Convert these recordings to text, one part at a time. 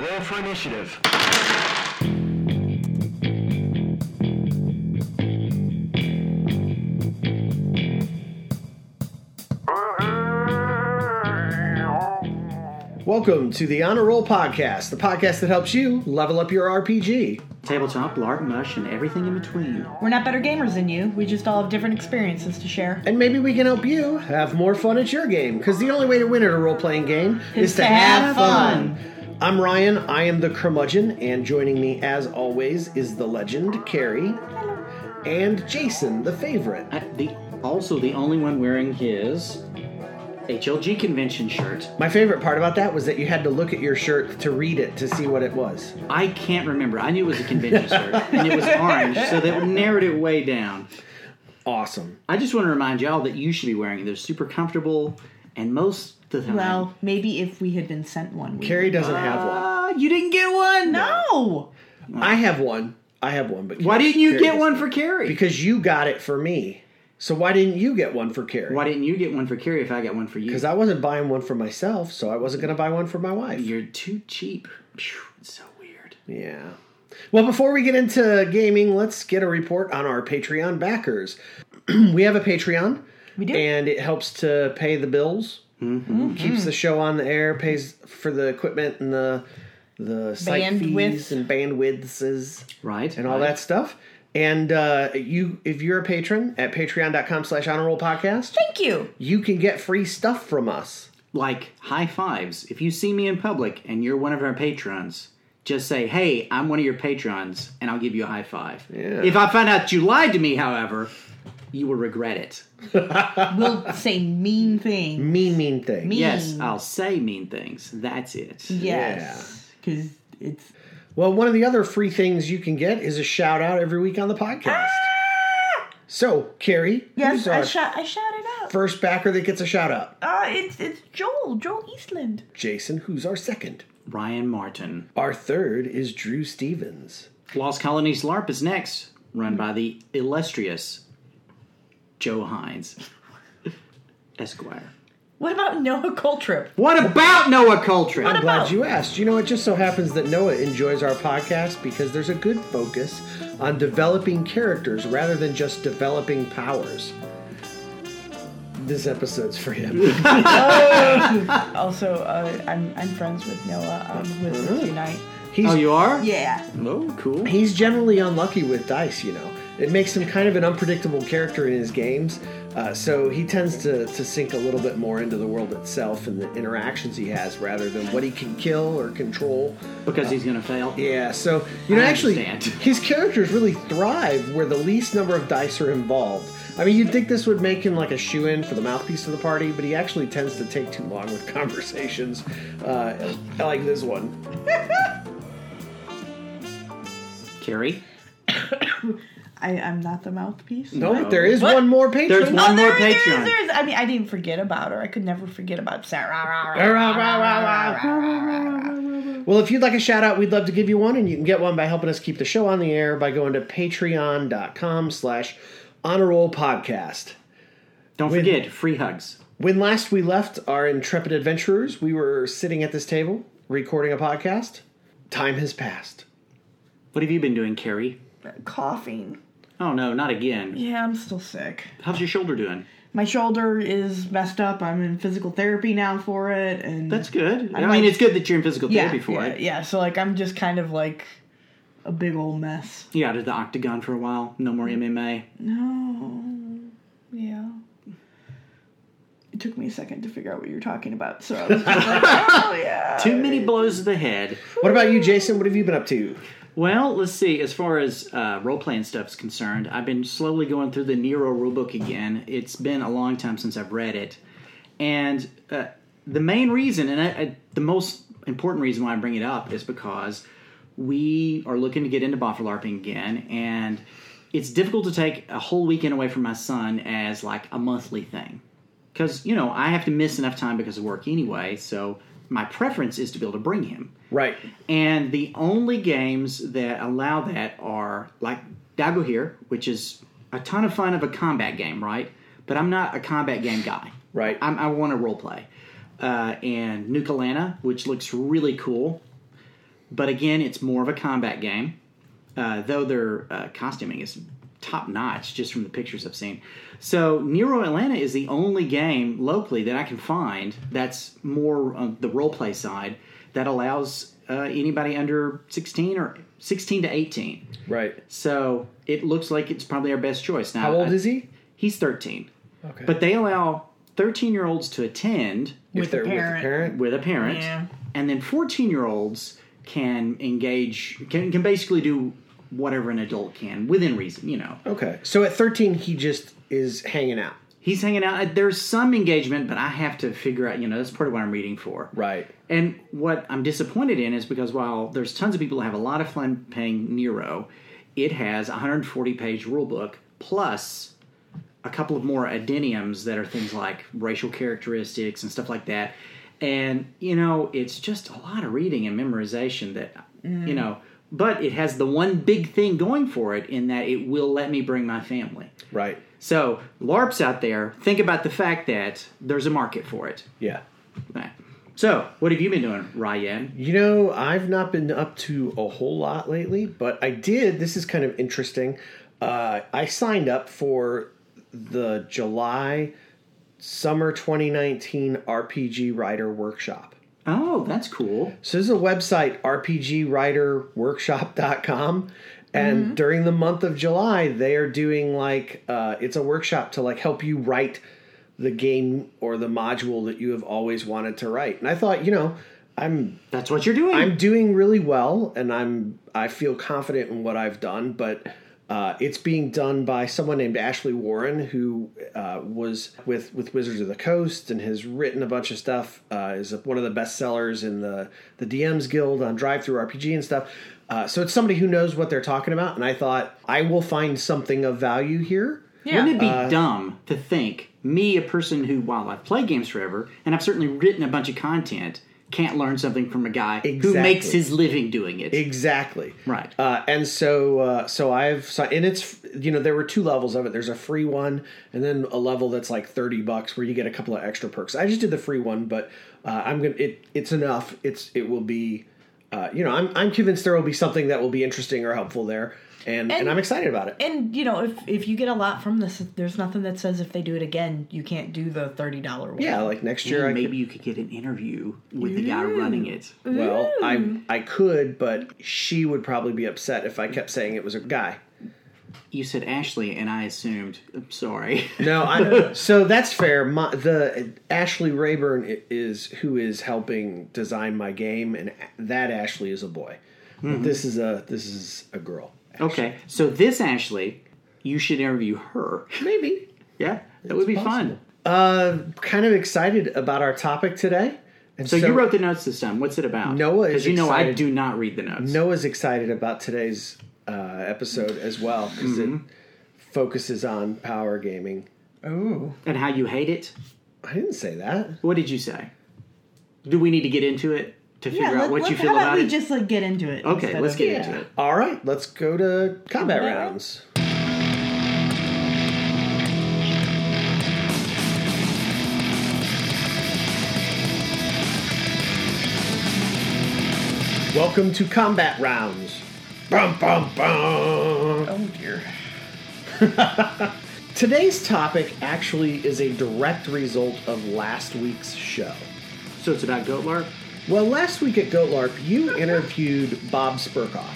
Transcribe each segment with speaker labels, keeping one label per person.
Speaker 1: Roll for initiative.
Speaker 2: Welcome to the Honor Roll Podcast, the podcast that helps you level up your RPG.
Speaker 3: Tabletop, lard mush, and everything in between.
Speaker 4: We're not better gamers than you. We just all have different experiences to share.
Speaker 2: And maybe we can help you have more fun at your game, because the only way to win at a role playing game is, to, have fun. I'm Ryan, I am the curmudgeon, and joining me, as always, is the legend, Carrie, and Jason, the favorite.
Speaker 3: Uh, the, also, the only one wearing his HLG convention shirt.
Speaker 2: My favorite part about that was that you had to look at your shirt to read it to see what it was.
Speaker 3: I can't remember. I knew it was a convention shirt, and it was orange, so that narrowed it way down.
Speaker 2: Awesome.
Speaker 3: I just want to remind y'all that you should be wearing it. They're super comfortable, and most of the time.
Speaker 4: Well, maybe if we had been sent one. We
Speaker 2: Carrie doesn't have one.
Speaker 3: Ah, you didn't get one?
Speaker 4: No.
Speaker 2: I have one. I have one, but
Speaker 3: Why didn't you
Speaker 2: Carrie
Speaker 3: get
Speaker 2: doesn't.
Speaker 3: one for Carrie?
Speaker 2: Because you got it for me. So why didn't you get one for Carrie?
Speaker 3: Why didn't you get one for Carrie if I got one for you?
Speaker 2: Because I wasn't buying one for myself, so I wasn't going to buy one for my wife.
Speaker 3: You're too cheap. Phew, it's so weird.
Speaker 2: Yeah. Well, before we get into gaming, let's get a report on our Patreon backers. we have a Patreon.
Speaker 4: We do. Mm-hmm.
Speaker 2: And it helps to pay the bills,
Speaker 3: Mm-hmm.
Speaker 2: keeps the show on the air, pays for the equipment and the the site
Speaker 4: Bandwidth.
Speaker 2: fees and bandwidths
Speaker 3: Right?
Speaker 2: and all that stuff. And uh, you, if you're a patron at patreon.com slash honor roll podcast,
Speaker 4: Thank you.
Speaker 2: you can get free stuff from us.
Speaker 3: like high fives. If you see me in public and you're one of our patrons, just say, "Hey, I'm one of your patrons," and I'll give you a high five.
Speaker 2: Yeah.
Speaker 3: If I find out you lied to me, however, you will regret it.
Speaker 4: We'll say mean thing.
Speaker 2: Mean, mean thing.
Speaker 4: Mean.
Speaker 3: Yes, I'll say mean things. That's it.
Speaker 4: Yes. Because it's
Speaker 2: Well, one of the other free things you can get is a shout out every week on the podcast. So, Carrie,
Speaker 4: yes.
Speaker 2: who's
Speaker 4: I
Speaker 2: our
Speaker 4: shout. I shouted out.
Speaker 2: first backer that gets a shout out?
Speaker 4: uh, it's it's Joel. Joel Eastland.
Speaker 2: Jason, who's our second?
Speaker 3: Ryan Martin,
Speaker 2: Our third is Drew Stevens.
Speaker 3: Lost Colonies LARP is next, run by the illustrious Joe Hines, Esquire.
Speaker 4: What about Noah Coltrip?
Speaker 3: What about Noah Coltrane?
Speaker 4: What
Speaker 2: I'm glad
Speaker 4: about-
Speaker 2: you asked. You know, it just so happens that Noah enjoys our podcast because there's a good focus on developing characters rather than just developing powers. This episode's for him.
Speaker 4: Also, uh, I'm I'm friends with Noah. Um, with him tonight.
Speaker 2: He's
Speaker 3: oh, you are?
Speaker 4: Yeah.
Speaker 3: Oh, cool.
Speaker 2: He's generally unlucky with dice, you know. It makes him kind of an unpredictable character in his games, uh, so he tends to, to sink a little bit more into the world itself and the interactions he has rather than what he can kill or control.
Speaker 3: Because he's gonna fail.
Speaker 2: Yeah, so, you know,
Speaker 3: I
Speaker 2: actually,
Speaker 3: understand.
Speaker 2: his characters really thrive where the least number of dice are involved. I mean, you'd think this would make him like a shoe in for the mouthpiece of the party, but he actually tends to take too long with conversations uh, like this one.
Speaker 3: Carrie.
Speaker 4: I I'm not the mouthpiece.
Speaker 2: No,
Speaker 3: No.
Speaker 2: Oh, there is
Speaker 4: What?
Speaker 2: one more patron.
Speaker 3: There's one.
Speaker 4: Oh, there
Speaker 3: more
Speaker 4: is, there is,
Speaker 3: Patreon.
Speaker 4: there is. I mean, I didn't forget about her. I could never forget about Sarah.
Speaker 2: Well, if you'd like a shout out, we'd love to give you one, and you can get one by helping us keep the show on the air by going to patreon.com slash honor roll podcast.
Speaker 3: Don't forget free hugs.
Speaker 2: When last we left our intrepid adventurers, we were sitting at this table recording a podcast. Time has passed.
Speaker 3: What have you been doing, Carrie?
Speaker 4: Coughing.
Speaker 3: Oh no, not again.
Speaker 4: Yeah, I'm still sick.
Speaker 3: How's your shoulder doing?
Speaker 4: My shoulder is messed up. I'm in physical therapy now for it, and
Speaker 3: That's good. i
Speaker 4: I'm
Speaker 3: mean,
Speaker 4: like-
Speaker 3: it's good that you're in physical
Speaker 4: yeah,
Speaker 3: therapy for
Speaker 4: yeah,
Speaker 3: it.
Speaker 4: yeah. So like, I'm just kind of like a big old mess.
Speaker 3: You out of the octagon for a while. No more MMA.
Speaker 4: No, yeah. It took me a second to figure out what you're talking about. So I was just like, oh yeah.
Speaker 3: Too many blows to the head.
Speaker 2: What about you, Jason? What have you been up to?
Speaker 3: Well, let's see. As far as uh, role playing stuff is concerned, I've been slowly going through the Nero rulebook again. It's been a long time since I've read it, and uh, the main reason, and I, I, the most important reason why I bring it up, is because we are looking to get into boffer larping again, and it's difficult to take a whole weekend away from my son as like a monthly thing because you know I have to miss enough time because of work anyway. So my preference is to be able to bring him.
Speaker 2: Right.
Speaker 3: And the only games that allow that are like Dago here, which is a ton of fun of a combat game, right? But I'm not a combat game guy.
Speaker 2: Right.
Speaker 3: I'm, I want to role play. Uh, and Nukalana, which looks really cool. But again, it's more of a combat game, uh, though their uh, costuming is top notch just from the pictures I've seen. So, Nero Atlanta is the only game locally that I can find that's more on the role play side that allows uh, anybody under 16 or 16 to 18.
Speaker 2: Right.
Speaker 3: So, it looks like it's probably our best choice. Now,
Speaker 2: How old
Speaker 3: I-
Speaker 2: is he?
Speaker 3: He's 13.
Speaker 2: Okay.
Speaker 3: But they allow 13 year olds to attend
Speaker 2: if
Speaker 4: With the
Speaker 2: they're with a
Speaker 4: parent.
Speaker 2: parent,
Speaker 3: with a parent,
Speaker 4: Yeah.
Speaker 3: and then fourteen year olds can engage can can basically do whatever an adult can within reason. You know,
Speaker 2: okay. So at 13, he just is hanging out.
Speaker 3: he's hanging out. uh, There's some engagement, but I have to figure out. You know, that's part of what I'm reading for.
Speaker 2: Right.
Speaker 3: And what I'm disappointed in is because while there's tons of people that have a lot of fun paying Nero, it has a 140 page rule book plus a couple of more addendums that are things like racial characteristics and stuff like that. And, you know, it's just a lot of reading and memorization that, you know, but it has the one big thing going for it in that it will let me bring my family.
Speaker 2: Right.
Speaker 3: So, LARPs out there, think about the fact that there's a market for it.
Speaker 2: Yeah.
Speaker 3: Right. So, what have you been doing, Ryan?
Speaker 2: You know, I've not been up to a whole lot lately, but I did. This is kind of interesting. Uh, I signed up for the July Summer 2019 RPG Writer Workshop.
Speaker 3: Oh, that's cool.
Speaker 2: So this is a website, rpgwriterworkshop.com. And during the month of July, they are doing like uh, it's a workshop to like help you write the game or the module that you have always wanted to write. And I thought, you know, I'm
Speaker 3: That's what you're doing.
Speaker 2: I'm doing really well, and I'm I feel confident in what I've done. But uh, it's being done by someone named Ashley Warren, who uh, was with with Wizards of the Coast and has written a bunch of stuff. Uh, is one of the bestsellers in the the DMs Guild on Drive Through RPG and stuff. Uh, so it's somebody who knows what they're talking about, and I thought I will find something of value here.
Speaker 3: Wouldn't it be dumb to think me, a person who, while I've played games forever and I've certainly written a bunch of content, can't learn something from a guy who
Speaker 2: Exactly.
Speaker 3: makes his living doing it?
Speaker 2: Exactly.
Speaker 3: Right.
Speaker 2: Uh, and so, uh, so I've so, and it's you know there were two levels of it. There's a free one, and then a level that's like thirty bucks where you get a couple of extra perks. I just did the free one, but uh, I'm gonna it it's enough. It's it will be, uh, you know, I'm I'm convinced there will be something that will be interesting or helpful there, and and,
Speaker 4: And-
Speaker 2: I'm excited about it.
Speaker 4: And you know, if if you get a lot from this, there's nothing that says if they do it again, you can't do the thirty dollar one.
Speaker 2: yeah, like next year I
Speaker 3: Maybe
Speaker 2: could,
Speaker 3: you could get an interview with the guy running it.
Speaker 2: well I I could, but she would probably be upset if I kept saying it was a guy.
Speaker 3: You said Ashley, and I assumed. I'm sorry.
Speaker 2: No, I, so that's fair. My, the Ashley Rayburn i- is who is helping design my game, and a- that Ashley is a boy. But
Speaker 3: Mm-hmm.
Speaker 2: This is a this is a girl.
Speaker 3: okay, so this Ashley, you should interview her.
Speaker 2: Maybe.
Speaker 3: Yeah, that would be fun.
Speaker 2: Uh, kind of excited about our topic today. And
Speaker 3: So, you wrote the notes this time. What's it about?
Speaker 2: Noah is
Speaker 3: because you know I
Speaker 2: excited.
Speaker 3: do not read the notes.
Speaker 2: Noah's excited about today's uh, episode as well because
Speaker 3: Mm-hmm.
Speaker 2: it focuses on power gaming.
Speaker 4: Ooh.
Speaker 3: and how you hate it.
Speaker 2: I didn't say that.
Speaker 3: What did you say? Do we need to get into it to figure
Speaker 4: Yeah.
Speaker 3: out
Speaker 4: Let,
Speaker 3: what
Speaker 4: let,
Speaker 3: you
Speaker 4: how
Speaker 3: feel
Speaker 4: about,
Speaker 3: about
Speaker 4: we
Speaker 3: it?
Speaker 4: just like get into it?
Speaker 3: okay,
Speaker 4: instead
Speaker 3: let's
Speaker 4: of-
Speaker 3: get into it.
Speaker 2: All right, let's go to combat
Speaker 4: Combat
Speaker 2: rounds. Welcome to combat rounds. Bum, bum, bum.
Speaker 4: Oh dear.
Speaker 2: Today's topic actually is a direct result of last week's show.
Speaker 3: So it's about goat larp.
Speaker 2: Well, last week at GoatLARP, you interviewed Bob Spurkoff.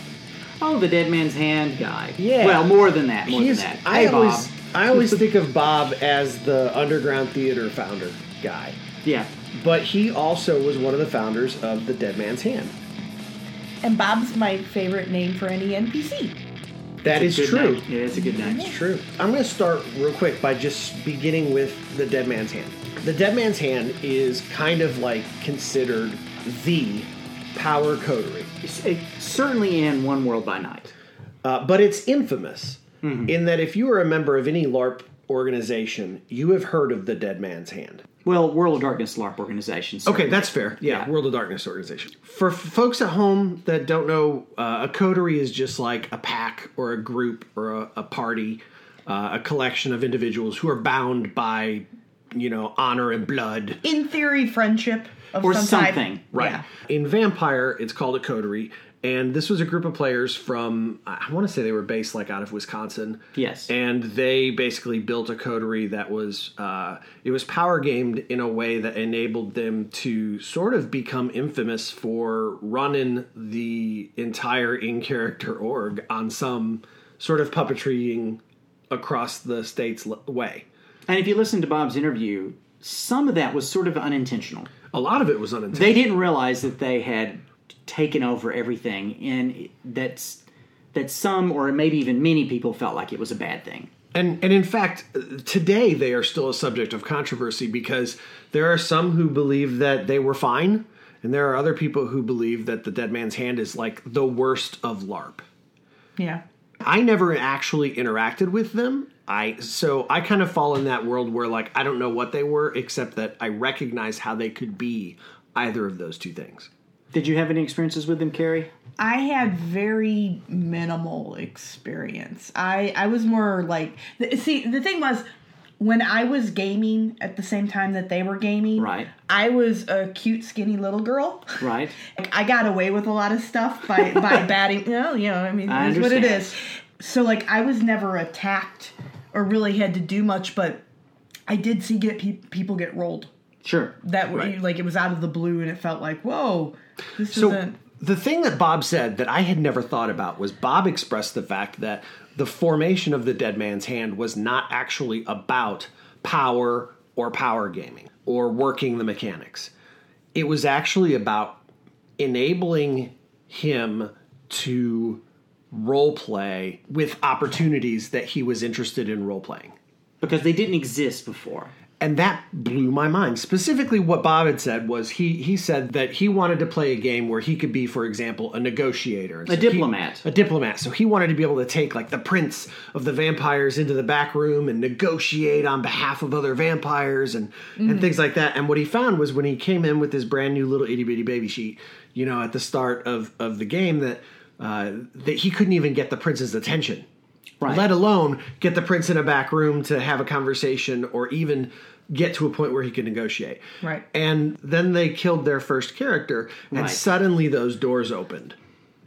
Speaker 3: Oh, the dead man's hand guy.
Speaker 2: Yeah.
Speaker 3: Well, more than that. More
Speaker 2: He's-
Speaker 3: than that.
Speaker 2: I
Speaker 3: Hey,
Speaker 2: always
Speaker 3: Bob.
Speaker 2: I always think of Bob as the underground theater founder guy,
Speaker 3: Yeah.
Speaker 2: but he also was one of the founders of the Dead Man's Hand.
Speaker 4: And Bob's my favorite name for any NPC.
Speaker 2: That is
Speaker 3: It's a good
Speaker 2: true.
Speaker 3: name. Yeah, it's a good name.
Speaker 2: It's true. I'm going to start real quick by just beginning with the Dead Man's Hand. The Dead Man's Hand is kind of like considered the power coterie.
Speaker 3: It's, it, certainly in One World by Night.
Speaker 2: Uh, but it's infamous
Speaker 3: Mm-hmm.
Speaker 2: in that if you are a member of any LARP organization, you have heard of the Dead Man's Hand.
Speaker 3: Well, World of Darkness LARP organization.
Speaker 2: Okay,
Speaker 3: certainly.
Speaker 2: that's fair. Yeah,
Speaker 3: Yeah.
Speaker 2: World of Darkness organization. For f- folks at home that don't know, uh, a coterie is just like a pack or a group or a, a party, uh, a collection of individuals who are bound by, you know, honor and blood.
Speaker 4: In theory, friendship. Of
Speaker 3: or
Speaker 4: some type.
Speaker 3: something, right?
Speaker 4: Yeah.
Speaker 2: In Vampire, it's called a coterie, and this was a group of players from I want to say they were based like out of Wisconsin.
Speaker 3: Yes.
Speaker 2: and they basically built a coterie that was uh, it was power gamed in a way that enabled them to sort of become infamous for running the entire in character org on some sort of puppetrying across the state's l- way.
Speaker 3: And if you listen to Bob's interview, some of that was sort of unintentional.
Speaker 2: A lot of it was unintentional.
Speaker 3: They didn't realize that they had taken over everything, and that's that some or maybe even many people felt like it was a bad thing.
Speaker 2: And and in fact, today they are still a subject of controversy because there are some who believe that they were fine, and there are other people who believe that the Dead Man's Hand is like the worst of LARP.
Speaker 4: Yeah.
Speaker 2: I never actually interacted with them. I so I kind of fall in that world where like I don't know what they were except that I recognize how they could be either of those two things.
Speaker 3: Did you have any experiences with them, Carrie?
Speaker 4: I had very minimal experience. I I was more like th- see the thing was when I was gaming at the same time that they were gaming,
Speaker 3: Right.
Speaker 4: I was a cute, skinny little girl.
Speaker 3: Right.
Speaker 4: Like, I got away with a lot of stuff by by batting. No, you know, I mean,
Speaker 3: I
Speaker 4: it is what it
Speaker 3: understand.
Speaker 4: is. So like, I was never attacked or really had to do much, but I did see get pe- people get rolled.
Speaker 3: Sure.
Speaker 4: That were
Speaker 2: Right.
Speaker 4: like it was out of the blue, and it felt like whoa, this
Speaker 2: So
Speaker 4: isn't.
Speaker 2: the thing that Bob said that I had never thought about was Bob expressed the fact that the formation of the dead man's hand was not actually about power or power gaming or working the mechanics. It was actually about enabling him to role play with opportunities that he was interested in role playing.
Speaker 3: Because they didn't exist before.
Speaker 2: And that blew my mind. Specifically, what Bob had said was he he said that he wanted to play a game where he could be, for example, a negotiator, And
Speaker 3: A
Speaker 2: so he-
Speaker 3: diplomat.
Speaker 2: a diplomat. So he wanted to be able to take like the prince of the vampires into the back room and negotiate on behalf of other vampires and
Speaker 3: Mm.
Speaker 2: and things like that. And what he found was when he came in with his brand new little itty bitty baby sheet, you know, at the start of of the game that uh, that he couldn't even get the prince's attention
Speaker 3: Right.
Speaker 2: let alone get the prince in a back room to have a conversation or even get to a point where he could negotiate.
Speaker 4: Right.
Speaker 2: And then they killed their first character, and
Speaker 3: Right.
Speaker 2: suddenly those doors opened.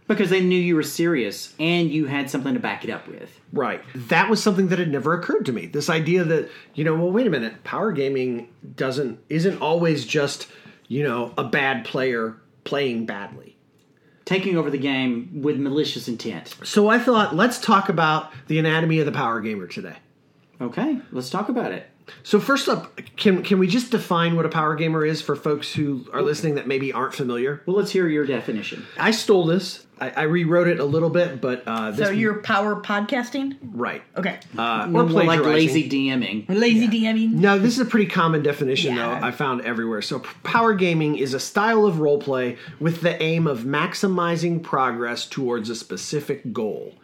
Speaker 3: because they knew you were serious and you had something to back it up with.
Speaker 2: Right. That was something that had never occurred to me. This idea that, you know, well wait a minute, power gaming doesn't isn't always just, you know, a bad player playing badly.
Speaker 3: Taking over the game with malicious intent.
Speaker 2: So I thought, let's talk about the anatomy of the power gamer today.
Speaker 3: Okay, let's talk about it.
Speaker 2: So first up, can can we just define what a power gamer is for folks who are listening that maybe aren't familiar?
Speaker 3: Well, let's hear your definition.
Speaker 2: I stole this. I, I rewrote it a little bit, but uh, this
Speaker 4: So your power podcasting?
Speaker 2: right.
Speaker 4: Okay.
Speaker 2: Uh,
Speaker 3: Or
Speaker 2: or
Speaker 3: like
Speaker 2: plagiarizing.
Speaker 3: lazy DMing.
Speaker 4: Lazy DMing.
Speaker 2: No, this is a pretty common definition
Speaker 4: Yeah.
Speaker 2: though I found everywhere. So p- power gaming is a style of role play with the aim of maximizing progress towards a specific goal.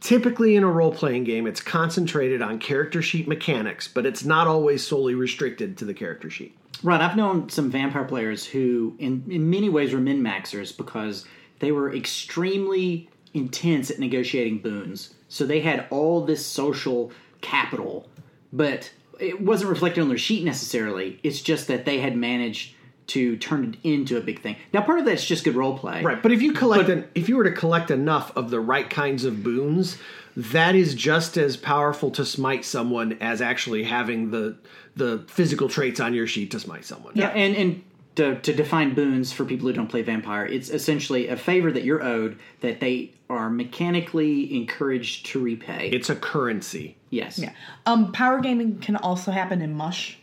Speaker 2: Typically in a role playing game, it's concentrated on character sheet mechanics, but it's not always solely restricted to the character sheet.
Speaker 3: Right, I've known some vampire players who, in, in many ways, were min maxers because they were extremely intense at negotiating boons. So they had all this social capital, but it wasn't reflected on their sheet necessarily. It's just that they had managed to turn it into a big thing. Now, part of that's just good role play.
Speaker 2: Right, but if you collect
Speaker 3: But-
Speaker 2: an, if you were to collect enough of the right kinds of boons, that is just as powerful to smite someone as actually having the the physical traits on your sheet to smite someone.
Speaker 3: Yeah, and and to, to define boons for people who don't play Vampire, it's essentially a favor that you're owed that they are mechanically encouraged to repay.
Speaker 2: It's a currency.
Speaker 3: yes.
Speaker 4: Yeah. Um, power gaming can also happen in mush.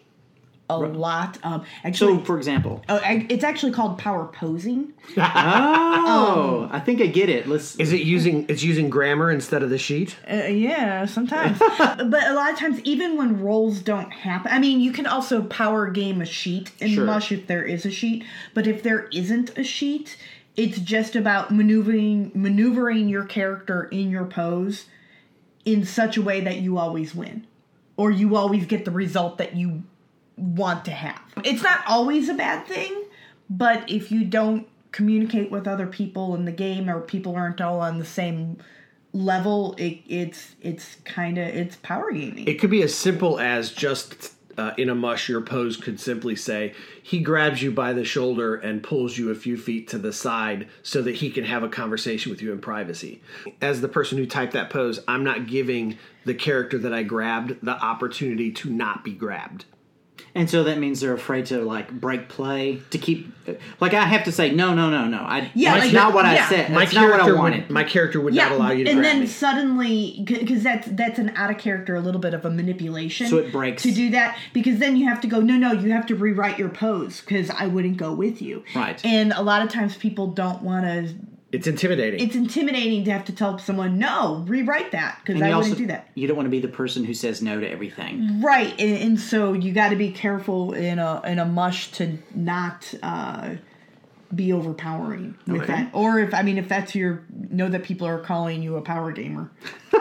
Speaker 4: A lot. Um, actually,
Speaker 3: So, for example,
Speaker 4: oh, I- it's actually called power posing.
Speaker 3: oh, I think I get it. Let's.
Speaker 2: Is it using it's using grammar instead of the sheet?
Speaker 4: Uh, yeah, sometimes. but a lot of times, even when rolls don't happen, I mean, you can also power game a sheet in
Speaker 3: Sure.
Speaker 4: mush if there is a sheet. But if there isn't a sheet, it's just about maneuvering maneuvering your character in your pose in such a way that you always win, or you always get the result that you want to have. It's not always a bad thing, but if you don't communicate with other people in the game or people aren't all on the same level, it, it's it's kind of it's power gaming.
Speaker 2: It could be as simple as just uh, in a mush, your pose could simply say, he grabs you by the shoulder and pulls you a few feet to the side so that he can have a conversation with you in privacy. As the person who typed that pose, I'm not giving the character that I grabbed the opportunity to not be grabbed.
Speaker 3: And so that means they're afraid to like break play to keep. Like I have to say no, no, no, no. I
Speaker 4: Yeah,
Speaker 3: that's
Speaker 4: like-
Speaker 3: not what I
Speaker 4: yeah.
Speaker 3: said.
Speaker 2: My
Speaker 3: that's not what I
Speaker 2: character would-
Speaker 3: wanted.
Speaker 2: my character would
Speaker 4: yeah,
Speaker 2: not allow you to
Speaker 4: and
Speaker 2: grab
Speaker 4: then
Speaker 2: me.
Speaker 4: suddenly because that's that's an out of character, a little bit of a manipulation.
Speaker 3: So it breaks.
Speaker 4: to do that because then you have to go. No, no, you have to rewrite your pose because I wouldn't go with you.
Speaker 3: Right.
Speaker 4: And a lot of times people don't want to.
Speaker 2: It's intimidating.
Speaker 4: It's intimidating to have to tell someone no, rewrite that because I
Speaker 3: you
Speaker 4: wouldn't
Speaker 3: also-
Speaker 4: do that.
Speaker 3: You don't want to be the person who says no to everything.
Speaker 4: Right, and, and so you got to be careful in a in a mush to not uh, be overpowering with
Speaker 3: Okay.
Speaker 4: that. Or if I mean, if that's your know that people are calling you a power gamer.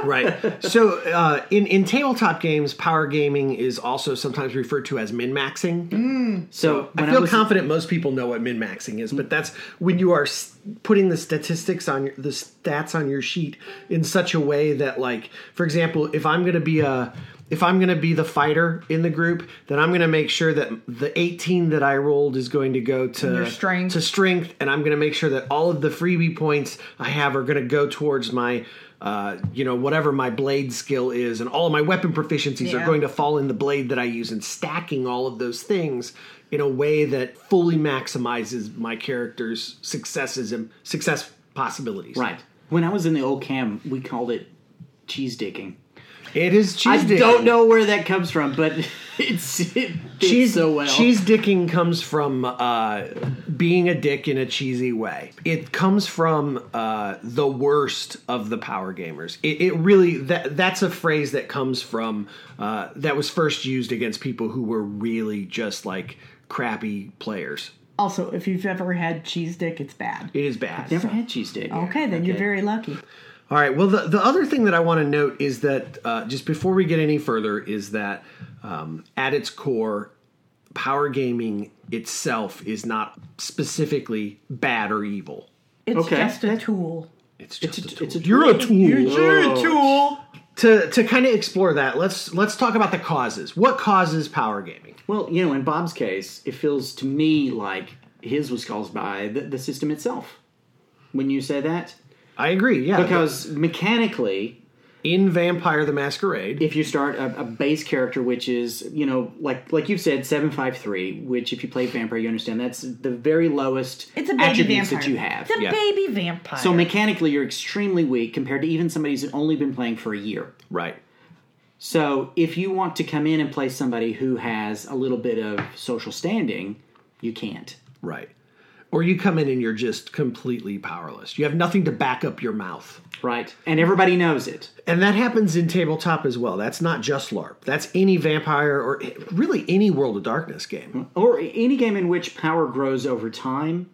Speaker 2: right. So uh, in in tabletop games, power gaming is also sometimes referred to as min maxing.
Speaker 3: So when
Speaker 2: I
Speaker 3: I,
Speaker 2: feel
Speaker 3: was,
Speaker 2: confident most people know what min maxing is, but that's when you are s- putting the statistics on your, the stats on your sheet in such a way that, like, for example, if I'm going to be a if I'm going to be the fighter in the group, then I'm going to make sure that the 18 that I rolled is going to go to
Speaker 4: Your strength.
Speaker 2: to strength, and I'm going to make sure that all of the freebie points I have are going to go towards my. Uh, you know, whatever my blade skill is, and all of my weapon proficiencies are
Speaker 4: Yeah.
Speaker 2: going to fall in the blade that I use and stacking all of those things in a way that fully maximizes my character's successes and success possibilities.
Speaker 3: right when I was in the old cam, we called it cheese digging.
Speaker 2: It is
Speaker 3: I
Speaker 2: cheese dicking.
Speaker 3: don't know where that comes from, but it's it fits
Speaker 2: Cheese,
Speaker 3: so well.
Speaker 2: cheese dicking comes from uh, being a dick in a cheesy way. It comes from uh, the worst of the power gamers. It, it really that that's a phrase that comes from uh, that was first used against people who were really just like crappy players.
Speaker 4: Also, if you've ever had cheese dick, it's bad.
Speaker 2: It is bad.
Speaker 3: Never had cheese dick.
Speaker 4: Okay, then you're very lucky.
Speaker 2: All right. Well, the, the other thing that I want to note is that uh, just before we get any further, is that um, at its core, power gaming itself is not specifically bad or evil.
Speaker 4: It's
Speaker 3: Okay.
Speaker 4: just a tool.
Speaker 2: It's just
Speaker 3: It's a-
Speaker 2: a, tool.
Speaker 3: it's a
Speaker 2: You're a tool.
Speaker 3: You're a tool.
Speaker 2: To to kind of explore that, let's let's talk about the causes. What causes power gaming?
Speaker 3: Well, you know, in Bob's case, it feels to me like his was caused by the, the system itself. When you say that,
Speaker 2: I agree. Yeah.
Speaker 3: because mechanically,
Speaker 2: in Vampire the Masquerade,
Speaker 3: if you start a, a base character, which is you know, like like you've said, seven five three, which if you play vampire, you understand that's the very lowest
Speaker 4: It's a baby
Speaker 3: attributes
Speaker 4: vampire.
Speaker 3: that you have.
Speaker 4: It's a
Speaker 2: Yeah.
Speaker 4: baby vampire.
Speaker 3: So mechanically, you're extremely weak compared to even somebody who's only been playing for a year.
Speaker 2: right?
Speaker 3: So if you want to come in and play somebody who has a little bit of social standing, you can't.
Speaker 2: Right. Or you come in and you're just completely powerless. You have nothing to back up your mouth.
Speaker 3: Right. And everybody knows it.
Speaker 2: And that happens in tabletop as well. That's not just LARP. That's any vampire or really any World of Darkness game.
Speaker 3: Or any game in which power grows over time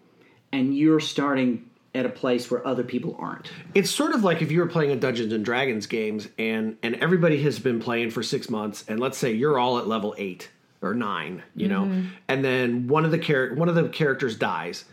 Speaker 3: and you're starting at a place where other people aren't.
Speaker 2: It's sort of like if you were playing a Dungeons and Dragons games and and everybody has been playing for 6 months and let's say you're all at level 8 or 9, you know. And then one of the char- one of the characters dies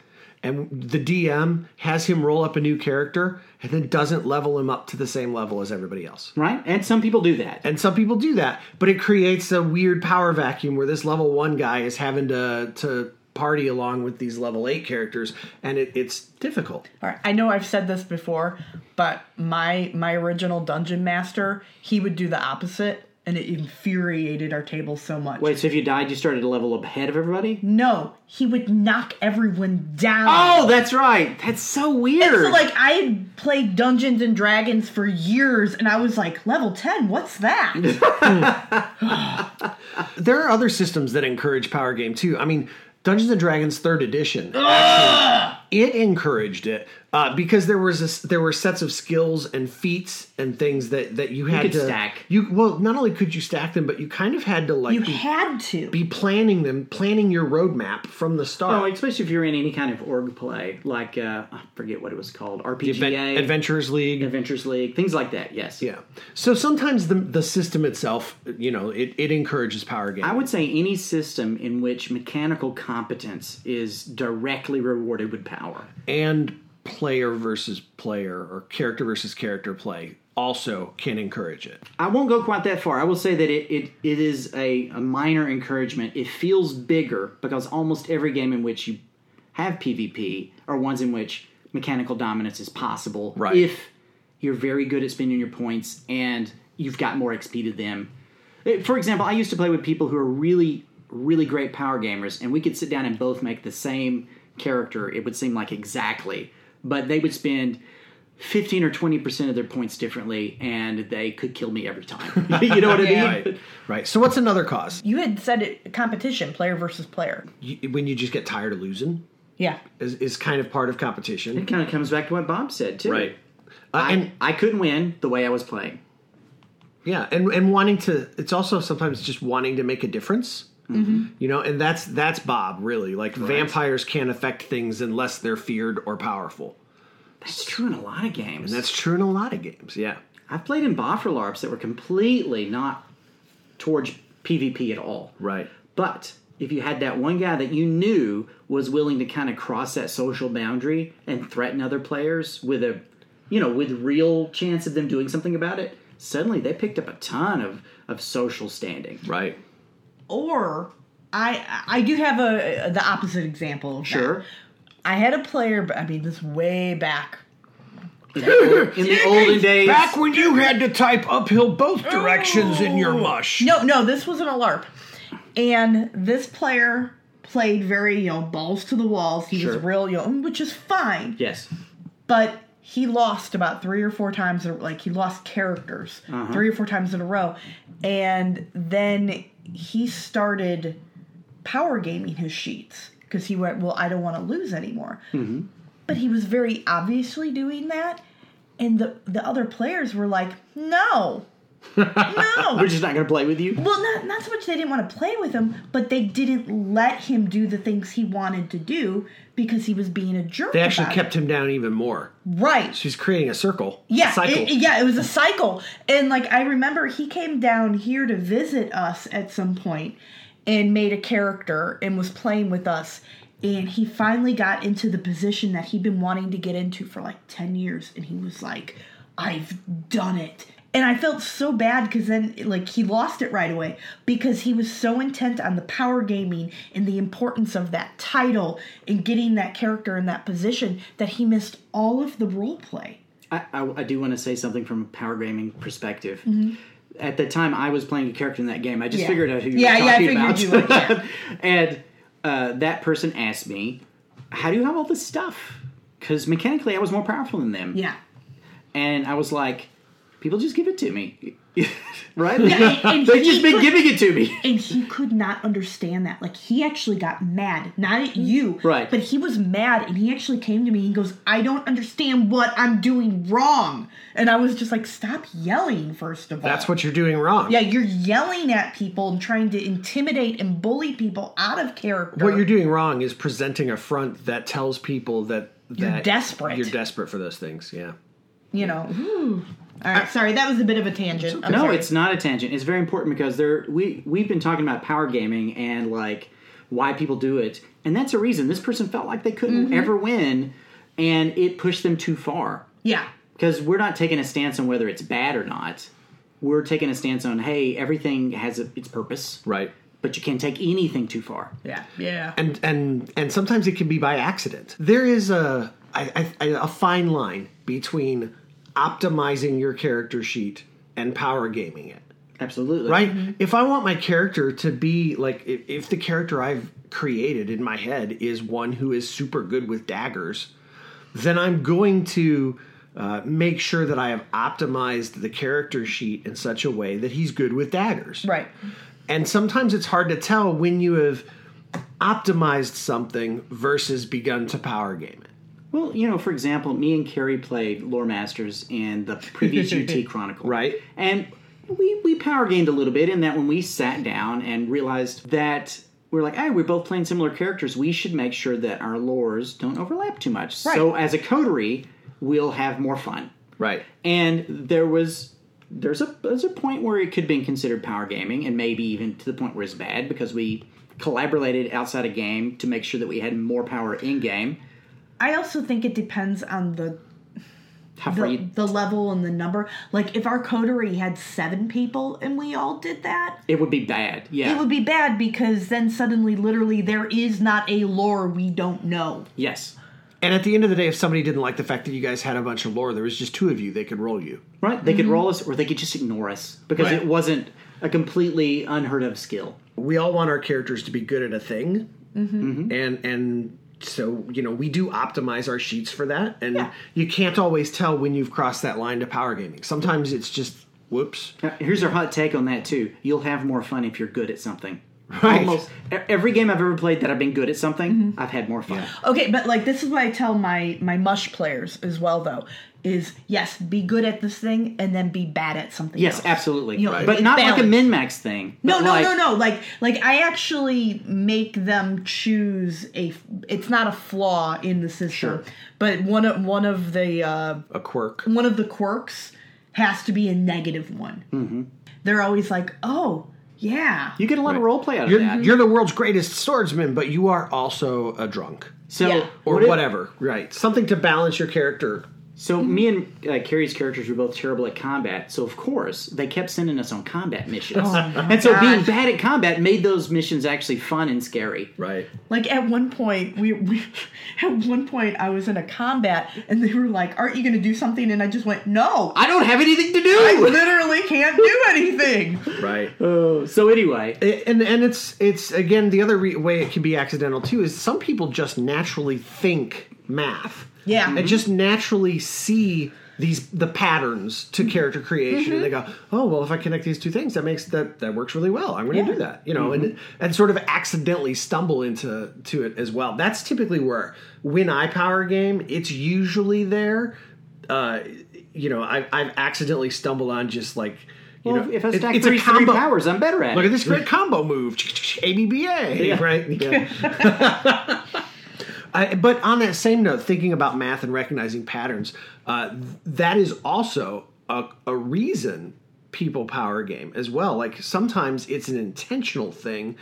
Speaker 2: and the DM has him roll up a new character and then doesn't level him up to the same level as everybody else.
Speaker 3: Right? And some people do that.
Speaker 2: And some people do that, but it creates a weird power vacuum where this level one guy is having to to party along with these level eight characters, and it, it's difficult.
Speaker 4: All right, I know I've said this before, but my my original dungeon master, he would do the opposite, and it infuriated our table so much.
Speaker 3: Wait, so if you died, you started a level up ahead of everybody?
Speaker 4: No, he would knock everyone down.
Speaker 3: Oh, that's right. That's so weird.
Speaker 4: So like I had played Dungeons and Dragons for years, and I was like level ten. What's that?
Speaker 2: There are other systems that encourage power game too. I mean, Dungeons and Dragons Third Edition, actually, it encouraged it uh, because there was a s there were sets of skills and feats and things that that you had
Speaker 3: could
Speaker 2: to
Speaker 3: stack.
Speaker 2: You well, not only could you stack them, but you kind of had to like
Speaker 4: you
Speaker 2: be,
Speaker 4: had to.
Speaker 2: be planning them, planning your roadmap from the
Speaker 3: Oh,
Speaker 2: start.
Speaker 3: especially if you're in any kind of org play, like uh, I forget what it was called, RPGA,
Speaker 2: Adven- Adventurers League,
Speaker 3: Adventures League, things like that. Yes.
Speaker 2: Yeah. So sometimes the the system itself, you know, it, it encourages power game.
Speaker 3: I would say any system in which mechanical competence is directly rewarded with power.
Speaker 2: and player versus player or character versus character play also can encourage it.
Speaker 3: I won't go quite that far. I will say that it, it, it is a, a minor encouragement. It feels bigger because almost every game in which you have PvP are ones in which mechanical dominance is possible
Speaker 2: Right.
Speaker 3: if you're very good at spending your points and you've got more XP to them. Eh, For example, I used to play with people who are really, really great power gamers, and we could sit down and both make the same character. It would seem like exactly, but they would spend 15 or 20% of their points differently, and they could kill me every time. you know what
Speaker 4: Yeah.
Speaker 3: I mean?
Speaker 2: Right. Right. So what's another cause?
Speaker 4: You had said it competition, player versus player.
Speaker 2: You, when you just get tired of losing
Speaker 4: Yeah.
Speaker 2: is, is kind of part of
Speaker 3: It
Speaker 2: competition.
Speaker 3: kind of comes back to what Bob said, too.
Speaker 2: Right. Uh,
Speaker 3: I,
Speaker 2: and
Speaker 3: I couldn't win the way I was playing.
Speaker 2: yeah, and, and wanting to it's also sometimes just wanting to make a difference.
Speaker 3: Mm-hmm.
Speaker 2: You know, and that's that's Bob really. Like vampires can't affect things unless they're feared or powerful.
Speaker 3: That's true in a lot of games.
Speaker 2: That's true in a lot of games. Yeah.
Speaker 3: I've played in Boffer LARPs that were completely not towards PvP at all.
Speaker 2: Right.
Speaker 3: But if you had that one guy that you knew was willing to kind of cross that social boundary and threaten other players with a, you know, with real chance of them doing something about it, suddenly they picked up a ton of, of social standing.
Speaker 2: Right.
Speaker 4: Or I I do have a the opposite example. of that.
Speaker 3: Sure.
Speaker 4: I had a player. I mean, this way back.
Speaker 3: In the olden days.
Speaker 2: Back when you had to type uphill both directions in your
Speaker 4: Ooh.
Speaker 2: mush.
Speaker 4: No, no, this wasn't a LARP. And this player played very, you know, balls to the walls. He
Speaker 3: Sure.
Speaker 4: was real, you know, which is fine.
Speaker 3: Yes.
Speaker 4: But he lost about three or four times, in- like he lost characters three or four times in a row. And then he started power gaming his sheets because he went, well, I don't want to lose anymore. But he was very obviously doing that. And the, the other players were like, no. no.
Speaker 3: We're just not going to play with you.
Speaker 4: Well, not not so much they didn't want to play with him, but they didn't let him do the things he wanted to do because he was being a jerk.
Speaker 2: They actually
Speaker 4: about
Speaker 2: kept him down even more.
Speaker 4: it. right.
Speaker 2: She's creating a circle.
Speaker 4: Yeah,
Speaker 2: A cycle.
Speaker 4: It, yeah, it was a cycle, and like I remember, he came down here to visit us at some point and made a character and was playing with us. And he finally got into the position that he'd been wanting to get into for like 10 years. And he was like, I've done it. And I felt so bad because then, like, he lost it right away because he was so intent on the power gaming and the importance of that title and getting that character in that position that he missed all of the role play.
Speaker 3: I, I, I do want to say something from a power gaming perspective. At the time, I was playing a character in that game. I just
Speaker 4: Mm-hmm. Yeah.
Speaker 3: figured out who you
Speaker 4: Yeah,
Speaker 3: were
Speaker 4: yeah, I
Speaker 3: talking
Speaker 4: figured
Speaker 3: about. and uh, that person asked me, "How do you have all this stuff?" Because mechanically, I was more powerful than them.
Speaker 4: Yeah.
Speaker 3: And I was like, "People just give it to me, right?
Speaker 4: and- and
Speaker 3: They've
Speaker 4: he
Speaker 3: just been
Speaker 4: could-
Speaker 3: giving it to me."
Speaker 4: And he could not understand that. Like he actually got mad, not at you,
Speaker 3: Right.
Speaker 4: But he was mad, and he actually came to me. He goes, "I don't understand what I'm doing wrong," and I was just like, "Stop yelling, first of all."
Speaker 2: That's what you're doing wrong.
Speaker 4: Yeah, you're yelling at people and trying to intimidate and bully people out of character.
Speaker 2: What you're doing wrong is presenting a front that tells people that, that
Speaker 4: You're desperate.
Speaker 2: You're desperate for those things. Yeah.
Speaker 4: you know. Ooh. All right, sorry, that was a bit of a tangent. I'm
Speaker 3: no,
Speaker 4: sorry.
Speaker 3: it's not a tangent. It's very important because there we we've been talking about power gaming and like why people do it, and that's a reason. This person felt like they couldn't
Speaker 4: Mm-hmm.
Speaker 3: ever win, and it pushed them too far
Speaker 4: yeah,
Speaker 3: because we're not taking a stance on whether it's bad or not. We're taking a stance on hey, everything has a, its purpose,
Speaker 2: Right.
Speaker 3: but you can't take anything too far.
Speaker 4: yeah, yeah.
Speaker 2: And and and sometimes it can be by accident. There is a I, I, a fine line between optimizing your character sheet and power gaming it.
Speaker 3: Absolutely
Speaker 2: right? If I want my character to be like, if, if the character I've created in my head is one who is super good with daggers, then I'm going to uh, make sure that I have optimized the character sheet in such a way that he's good with daggers.
Speaker 4: right.
Speaker 2: And sometimes it's hard to tell when you have optimized something versus begun to power game it.
Speaker 3: Well, you know, for example, me and Carrie played Lore Masters in the previous UT Chronicle.
Speaker 2: Right.
Speaker 3: And we, we power gained a little bit in that when we sat down and realized that we're like, hey, we're both playing similar characters. We should make sure that our lores don't overlap too much. So as a coterie, we'll have more fun.
Speaker 2: Right.
Speaker 3: And there was there's a there's a point where it could be considered power gaming and maybe even to the point where it's bad because we collaborated outside of game to make sure that we had more power in game.
Speaker 4: I also think it depends on the
Speaker 3: How far
Speaker 4: the,
Speaker 3: you,
Speaker 4: the level and the number. Like if our coterie had seven people and we all did that,
Speaker 3: it would be bad. Yeah.
Speaker 4: it would be bad because then suddenly, literally, there is not a lore we don't know.
Speaker 3: yes.
Speaker 2: And at the end of the day, if somebody didn't like the fact that you guys had a bunch of lore, there was just two of you, they could roll you.
Speaker 3: Right? They could
Speaker 4: Mm-hmm.
Speaker 3: roll us or they could just ignore us because
Speaker 2: Right.
Speaker 3: it wasn't a completely unheard of skill.
Speaker 2: We all want our characters to be good at a thing, and and so you know we do optimize our sheets for that. And
Speaker 4: Yeah.
Speaker 2: you can't always tell when you've crossed that line to power gaming. Sometimes it's just whoops.
Speaker 3: Now, Here's our hot take on that too. You'll have more fun if you're good at something.
Speaker 2: Right.
Speaker 3: Almost e- every game I've ever played that I've been good at something,
Speaker 4: Mm-hmm.
Speaker 3: I've had more fun.
Speaker 4: Okay, but like this is what I tell my my mush players as well though is yes, be good at this thing and then be bad at something.
Speaker 3: Yes,
Speaker 4: else.
Speaker 3: absolutely.
Speaker 4: You know,
Speaker 3: But
Speaker 4: it's
Speaker 3: not like a
Speaker 4: balanced.
Speaker 3: min max thing.
Speaker 4: No,
Speaker 3: but
Speaker 4: no,
Speaker 3: like-
Speaker 4: no, no. Like like I actually make them choose a it's not a flaw in the system,
Speaker 3: Sure.
Speaker 4: but one of one of the uh
Speaker 2: A quirk.
Speaker 4: one of the quirks has to be a negative one. Mm-hmm. They're always like, "Oh, yeah."
Speaker 3: You get a lot of role play out of
Speaker 2: You're,
Speaker 3: that.
Speaker 2: you're the world's greatest swordsman, but you are also a drunk
Speaker 3: so
Speaker 4: Yeah.
Speaker 2: or
Speaker 3: what if-
Speaker 2: whatever. right. Something to balance your character.
Speaker 3: So
Speaker 2: Mm-hmm.
Speaker 3: me and uh, Carrie's characters were both terrible at combat. So of course they kept sending us on combat missions,
Speaker 2: Oh,
Speaker 3: and so being
Speaker 4: gosh.
Speaker 3: bad at combat made those missions actually fun and scary.
Speaker 2: Right.
Speaker 4: Like at one point, we, we at one point I was in a combat and they were like, "Aren't you going to do something?" And I just went, "No, I
Speaker 3: I don't have anything to do.
Speaker 4: literally can't do anything."
Speaker 2: Right.
Speaker 3: so anyway,
Speaker 2: It- and and it's it's again the other re- way it can be accidental too is some people just naturally think math
Speaker 4: Yeah.
Speaker 3: Mm-hmm.
Speaker 2: and just naturally see these the patterns to
Speaker 3: Mm-hmm.
Speaker 2: character creation and they go oh well if i connect these two things that makes that that works really well i'm going to do that you know and
Speaker 3: Mm-hmm.
Speaker 2: and sort of accidentally stumble into to it as well that's typically where when i power game it's usually there uh you know i've, I've accidentally stumbled on just like you
Speaker 3: well,
Speaker 2: know
Speaker 3: if I
Speaker 2: it-
Speaker 3: stack
Speaker 2: it's
Speaker 3: three,
Speaker 2: a combo
Speaker 3: three powers, I'm better at
Speaker 2: Look at
Speaker 3: it.
Speaker 2: this great combo move, ABBA,
Speaker 3: Yeah.
Speaker 2: right? Yeah. I, but on that same note, thinking about math and recognizing patterns, uh, th- that is also a, a reason people power game as well. Like sometimes it's an intentional thing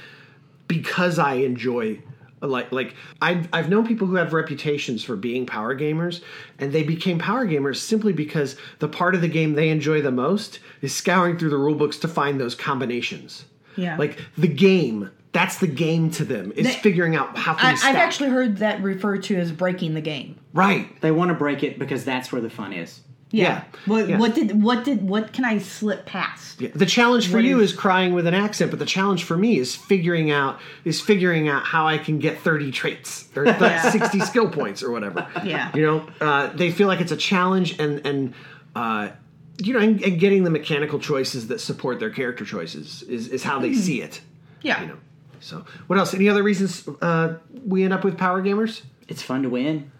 Speaker 2: because I enjoy like like I've, I've known people who have reputations for being power gamers and they became power gamers simply because the part of the game they enjoy the most is scouring through the rule books to find those combinations
Speaker 4: Yeah.
Speaker 2: like the game that's the game to them is
Speaker 4: They-
Speaker 2: figuring out how
Speaker 4: I,
Speaker 2: can you stack.
Speaker 4: I've actually heard that referred to as breaking the game.
Speaker 2: right
Speaker 3: They want to break it because that's where the fun is.
Speaker 2: yeah,
Speaker 4: What,
Speaker 2: Yeah.
Speaker 4: what did what did what can I slip past?
Speaker 2: Yeah. The challenge for
Speaker 4: What
Speaker 2: you
Speaker 4: is-
Speaker 2: is crying with an accent, but the challenge for me is figuring out is figuring out how I can get thirty traits or th-
Speaker 4: Yeah.
Speaker 2: sixty skill points or whatever.
Speaker 4: Yeah.
Speaker 2: you know, uh, they feel like it's a challenge and and uh, you know and, and getting the mechanical choices that support their character choices is is how they see it.
Speaker 4: Mm-hmm. Yeah.
Speaker 2: You know, so what else? Any other reasons uh, we end up with power gamers?
Speaker 3: It's fun to win.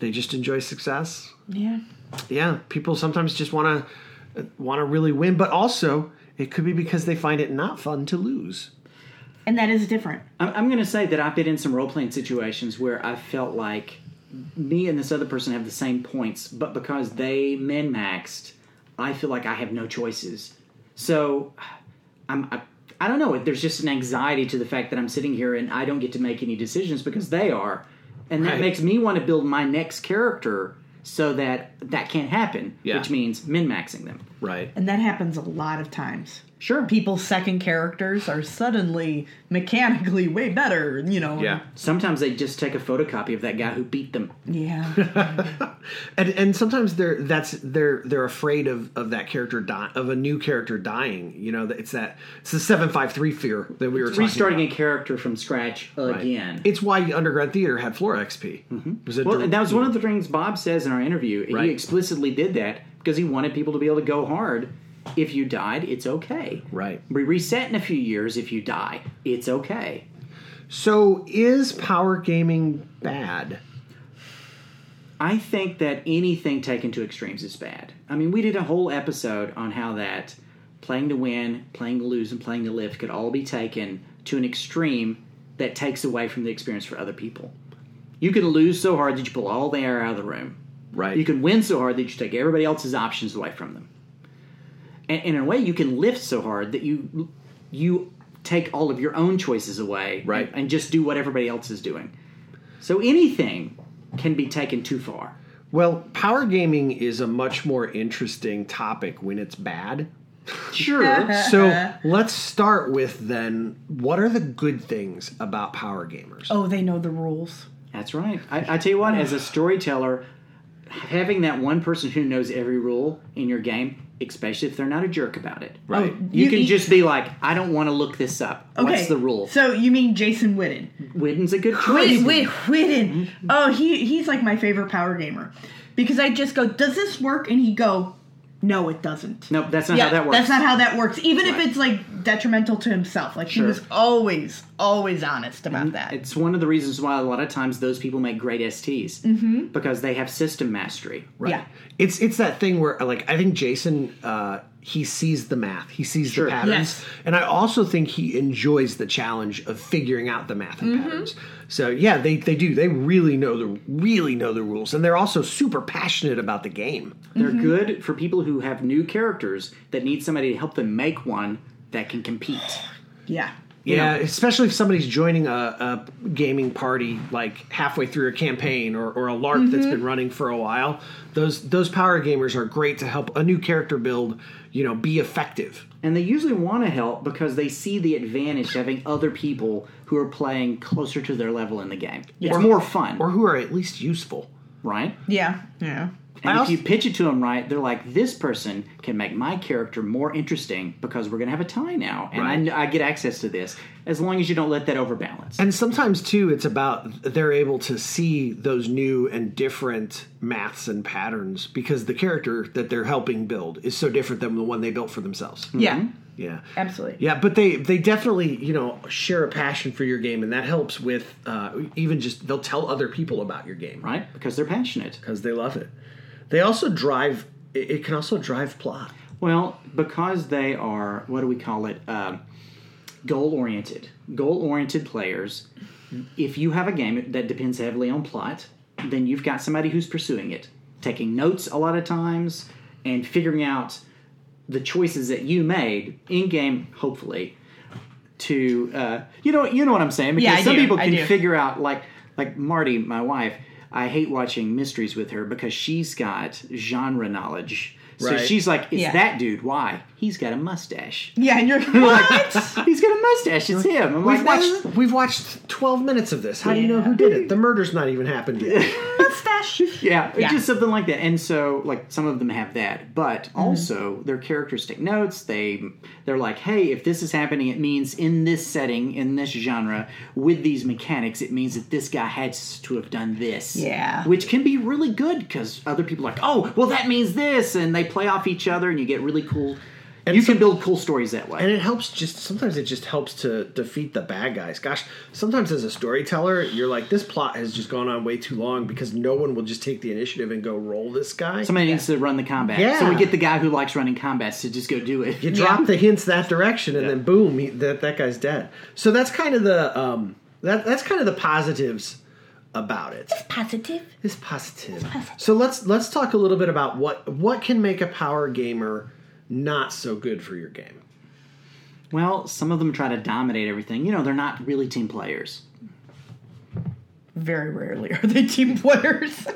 Speaker 2: They just enjoy success
Speaker 4: Yeah.
Speaker 2: yeah, people sometimes just want to want to really win, but also it could be because they find it not fun to lose.
Speaker 4: And that is different.
Speaker 3: I'm, I'm going to say that I've been in some role playing situations where I felt like me and this other person have the same points, but because they min maxed, I feel like I have no choices. So I'm. I, I don't know. There's just an anxiety to the fact that I'm sitting here and I don't get to make any decisions because they are, and that
Speaker 2: Right.
Speaker 3: makes me want to build my next character so that that can't happen,
Speaker 2: Yeah.
Speaker 3: which means min maxing them.
Speaker 2: Right.
Speaker 4: And that happens a lot of times.
Speaker 3: Sure,
Speaker 4: People's second characters are suddenly mechanically way better, you know.
Speaker 2: Yeah.
Speaker 3: Sometimes they just take a photocopy of that guy who beat them.
Speaker 4: Yeah.
Speaker 2: And and sometimes they're that's they're they're afraid of of that character di- of a new character dying. You know, it's that it's the seven five three fear that we were talking
Speaker 3: restarting
Speaker 2: about.
Speaker 3: a character from scratch again.
Speaker 2: It's why Underground Theater had floor XP. It was a
Speaker 3: well,
Speaker 2: dir-
Speaker 3: and that was one of the things Bob says in our interview.
Speaker 2: Right.
Speaker 3: He explicitly did that because he wanted people to be able to go hard. If you died, it's okay.
Speaker 2: right.
Speaker 3: We reset in a few years. If you die, it's okay.
Speaker 2: So is power gaming bad?
Speaker 3: I think that anything taken to extremes is bad. I mean, we did a whole episode on how that playing to win, playing to lose, and playing to live could all be taken to an extreme that takes away from the experience for other people. You can lose so hard that you pull all the air out of the room.
Speaker 2: Right.
Speaker 3: You can win so hard that you take everybody else's options away from them. And, and in a way, you can lift so hard that you you take all of your own choices away,
Speaker 2: Right.
Speaker 3: And, and just do what everybody else is doing. So anything can be taken too far.
Speaker 2: Well, power gaming is a much more interesting topic when it's bad.
Speaker 3: Sure.
Speaker 2: So let's start with then what are the good things about power gamers?
Speaker 4: Oh, they know the rules.
Speaker 3: That's right. I, I tell you what, as a storyteller, having that one person who knows every rule in your game, especially if they're not a jerk about it,
Speaker 2: Right.
Speaker 3: you,
Speaker 4: You
Speaker 3: can
Speaker 4: mean-
Speaker 3: just be like, I don't want to look this up. What's the rule?
Speaker 4: So you mean Jason Witten?
Speaker 3: Witten's a good choice.
Speaker 4: Wait, wait, Witten. Oh, he he's like my favorite power gamer because I just go, does this work? And he go, no, it doesn't.
Speaker 3: No, that's not
Speaker 4: yeah,
Speaker 3: how that works.
Speaker 4: that's not how that works. Even
Speaker 3: Right.
Speaker 4: if it's like detrimental to himself, like
Speaker 3: Sure. Mm-hmm.
Speaker 4: he was always, always honest about that.
Speaker 3: It's one of the reasons why a lot of times those people make great STs mm-hmm. because they have system mastery.
Speaker 2: Right.
Speaker 4: Yeah.
Speaker 2: It's it's that thing where like I think Jason uh he sees the math, he sees
Speaker 3: Sure.
Speaker 2: the patterns.
Speaker 4: Yes.
Speaker 2: And I also think he enjoys the challenge of figuring out the math
Speaker 4: Mm-hmm.
Speaker 2: and patterns. So yeah, they they do. They really know the really know the rules and they're also super passionate about the game.
Speaker 3: They're
Speaker 4: Mm-hmm.
Speaker 3: good for people who have new characters that need somebody to help them make one that can compete.
Speaker 4: yeah.
Speaker 2: Yeah,
Speaker 3: know?
Speaker 2: especially if somebody's joining a, a gaming party like halfway through a campaign or, or a LARP that's been running for a while. Those those power gamers are great to help a new character build, you know, be effective.
Speaker 3: And they usually want to help because they see the advantage to having other people who are playing closer to their level in the game. It's
Speaker 2: Or-
Speaker 3: more fun,
Speaker 2: Or who are at least useful.
Speaker 3: right?
Speaker 4: Yeah. Yeah.
Speaker 3: And
Speaker 2: I
Speaker 3: if you
Speaker 2: also-
Speaker 3: pitch it to them right, they're like, "This person can make my character more interesting because we're going to have a tie now, and I
Speaker 2: Right.
Speaker 3: kn- I, get access to this as long as you don't let that overbalance."
Speaker 2: And sometimes too, it's about they're able to see those new and different maths and patterns because the character that they're helping build is so different than the one they built for themselves.
Speaker 4: Yeah.
Speaker 3: Mm-hmm.
Speaker 2: Yeah.
Speaker 4: Absolutely.
Speaker 2: Yeah, but they they definitely you know share a passion for your game, and that helps with uh, even just they'll tell other people about your game
Speaker 3: right? Because they're passionate.
Speaker 2: because they love it. They also drive. It, it can also drive plot.
Speaker 3: Well, because they are what do we call it? Um, goal oriented. Goal oriented players. If you have a game that depends heavily on plot, then you've got somebody who's pursuing it, taking notes a lot of times, and figuring out the choices that you made in game. Hopefully, to uh, you know you know what I'm saying because
Speaker 4: Yeah, I
Speaker 3: some
Speaker 4: do,
Speaker 3: people
Speaker 4: I
Speaker 3: can
Speaker 4: do.
Speaker 3: figure out like like Marty, my wife. I hate watching mysteries with her because she's got genre knowledge. So
Speaker 2: Right.
Speaker 3: she's like, it's
Speaker 4: Yeah.
Speaker 3: that dude. Why? He's got a mustache.
Speaker 4: Yeah. And you're what?
Speaker 3: He's got a mustache. It's him. I'm
Speaker 2: We've
Speaker 3: like, "No,
Speaker 2: watched we've watched twelve minutes of this. How do you know who
Speaker 4: Yeah.
Speaker 2: did it? The murder's not even happened yet.
Speaker 4: Mustache.
Speaker 3: Yeah, it's
Speaker 4: Yeah.
Speaker 3: just something like that. And so, like some of them have that, but
Speaker 4: Mm-hmm.
Speaker 3: also their characters take notes. They they're like, hey, if this is happening, it means in this setting, in this genre, with these mechanics, it means that this guy has to have done this.
Speaker 4: Yeah.
Speaker 3: which can be really good because other people are like, oh, well, that means this, and they play off each other, and you get really cool. you can build cool stories that way.
Speaker 2: and it helps. Just sometimes it just helps to defeat the bad guys. Gosh, sometimes as a storyteller, you're like, this plot has just gone on way too long because no one will just take the initiative and go roll this guy.
Speaker 3: Somebody needs to run the combat, so
Speaker 2: Yeah.
Speaker 3: we get the guy who likes running combats to just go do it.
Speaker 2: You drop the hints that direction, and then boom, he, that that guy's dead. So that's kind of the um, that that's kind of the positives about it.
Speaker 4: Positive.
Speaker 2: It's positive. So let's let's talk a little bit about what what can make a power gamer not so good for your game.
Speaker 3: Well, some of them try to dominate everything. You know, they're not really team players.
Speaker 4: Very rarely are they team players.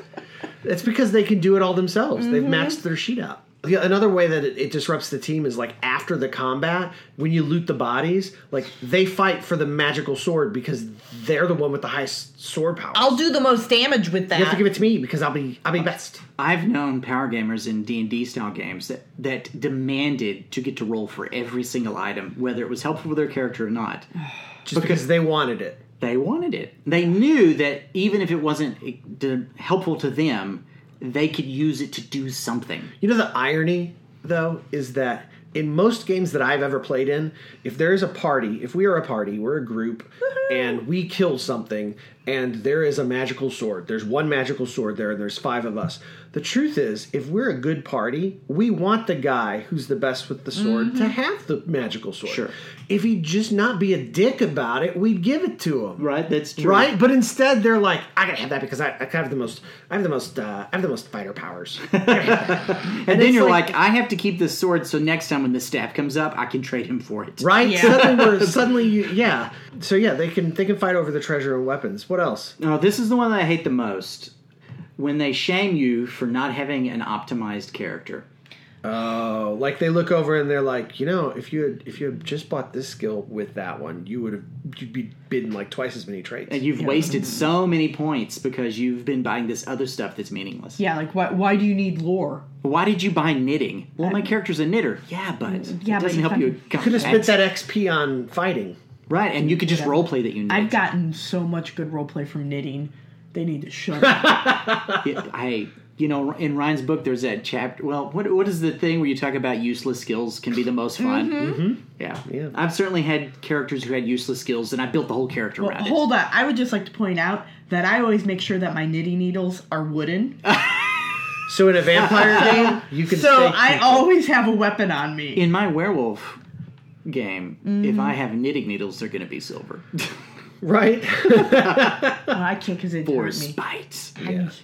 Speaker 2: It's because they can do it all themselves. They've maxed their sheet out. Yeah, another way that it, it disrupts the team is like after the combat, when you loot the bodies, like they fight for the magical sword because they're the one with the highest sword power.
Speaker 4: I'll do the most damage with that.
Speaker 2: you have to give it to me because I'll be I'll be best.
Speaker 3: I've known power gamers in D and D style games that that demanded to get to roll for every single item, whether it was helpful for their character or not.
Speaker 2: just because they wanted it.
Speaker 3: They wanted it. They knew that even if it wasn't eh, d- helpful to them, they could use it to do something.
Speaker 2: You know the irony though is that in most games that I've ever played in, if there is a party, if we are a party, we're a group and we kill something and there is a magical sword. There's one magical sword there and there's five of us. The truth is, if we're a good party, we want the guy who's the best with the sword to have the magical sword.
Speaker 3: Sure.
Speaker 2: If he'd just not be a dick about it, we'd give it to him.
Speaker 3: Right? That's true.
Speaker 2: Right, but instead they're like, "I gotta have that because I, I have the most, I have the most, uh, I have the most fighter powers."
Speaker 3: And, then
Speaker 2: it's
Speaker 3: you're
Speaker 2: like-
Speaker 3: like, I have to keep this sword, so next time when the staff comes up, I can trade him for it.
Speaker 2: right?
Speaker 4: Yeah.
Speaker 2: Suddenly, we're, suddenly, you, yeah. So yeah, they can they can fight over the treasure and weapons. What else?
Speaker 3: No, this is the one that I hate the most. when they shame you for not having an optimized character.
Speaker 2: Oh, like they look over and they're like, you know, if you had if you had just bought this skill with that one, you would have you'd be bidden like twice as many traits.
Speaker 3: And you've wasted so many points because you've been buying this other stuff that's meaningless.
Speaker 4: Yeah, like why? Why do you need lore?
Speaker 3: Why did you buy knitting? Well, my character's a knitter. Yeah, but
Speaker 4: Mm, Yeah,
Speaker 3: it
Speaker 4: but
Speaker 3: doesn't
Speaker 4: you
Speaker 3: help you.
Speaker 2: you could have spent that XP on fighting.
Speaker 3: right, and you could just roleplay that you knit.
Speaker 4: I've gotten so much good roleplay from knitting. They need to shut up.
Speaker 3: Yeah, I you know in Ryan's book there's that chapter. Well, what what is the thing where you talk about useless skills can be the most fun? Mm-hmm. Yeah.
Speaker 2: Yeah.
Speaker 3: I've certainly had characters who had useless skills, and I built the whole character
Speaker 4: Well,
Speaker 3: around
Speaker 4: hold on. I would just like to point out that I always make sure that my knitting needles are wooden,
Speaker 2: So in a vampire game, you can
Speaker 4: so
Speaker 2: stay-
Speaker 4: I always have a weapon on me.
Speaker 3: it. In my werewolf game, if I have knitting needles, they're going to be silver
Speaker 2: right.
Speaker 4: Well, I can't because it
Speaker 3: for
Speaker 4: hurt me.
Speaker 3: spite.
Speaker 2: Yeah.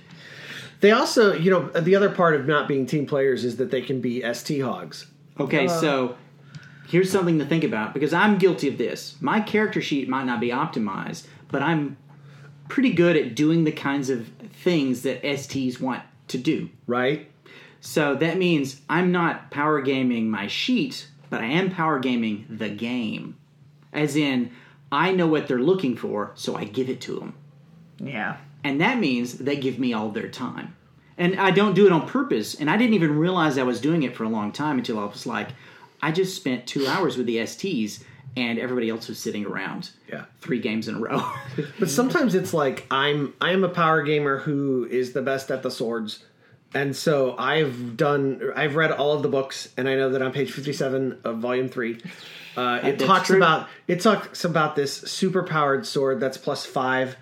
Speaker 2: They also, you know, the other part of not being team players is that they can be ST hogs.
Speaker 3: Okay, so here's something to think about because I'm guilty of this. My character sheet might not be optimized, but I'm pretty good at doing the kinds of things that STs want to do.
Speaker 2: Right.
Speaker 3: So that means I'm not power gaming my sheet, but I am power gaming the game. As in, I know what they're looking for, so I give it to them.
Speaker 4: Yeah.
Speaker 3: And that means they give me all their time. And I don't do it on purpose. And I didn't even realize I was doing it for a long time until I was like, I just spent two hours with the STs and everybody else was sitting around.
Speaker 2: Yeah.
Speaker 3: Three games in a row.
Speaker 2: But sometimes it's like I'm I am a power gamer who is the best at the swords. And so I've done I've read all of the books and I know that on page 57 of volume 3 uh, it
Speaker 3: That's
Speaker 2: talks
Speaker 3: true.
Speaker 2: about it talks about this super powered sword that's plus 5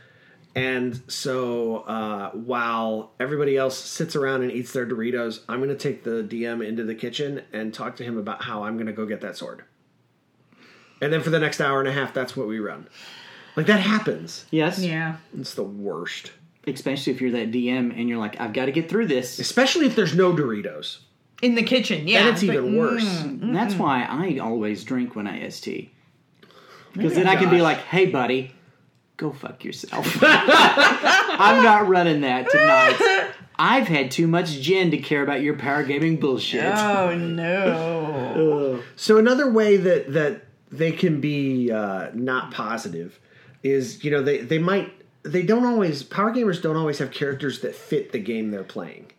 Speaker 2: and so uh, while everybody else sits around and eats their Doritos, I'm going to take the DM into the kitchen and talk to him about how I'm going to go get that sword. And then for the next hour and a half that's what we run. Like that happens.
Speaker 3: yes.
Speaker 4: Yeah.
Speaker 2: It's the worst.
Speaker 3: Especially if you're that DM and you're like, I've got to get through this.
Speaker 2: Especially if there's no Doritos.
Speaker 4: In the kitchen. Yeah.
Speaker 2: And it's
Speaker 4: but- mm.
Speaker 2: even worse.
Speaker 3: And That's why I always drink when I ST. Because then I can be like, hey, buddy, go fuck yourself. I'm not running that tonight. I've had too much gin to care about your power gaming bullshit.
Speaker 4: Oh no.
Speaker 2: So another way that that they can be uh, not positive is, you know, they they might they don't always power gamers don't always have characters that fit the game they're playing.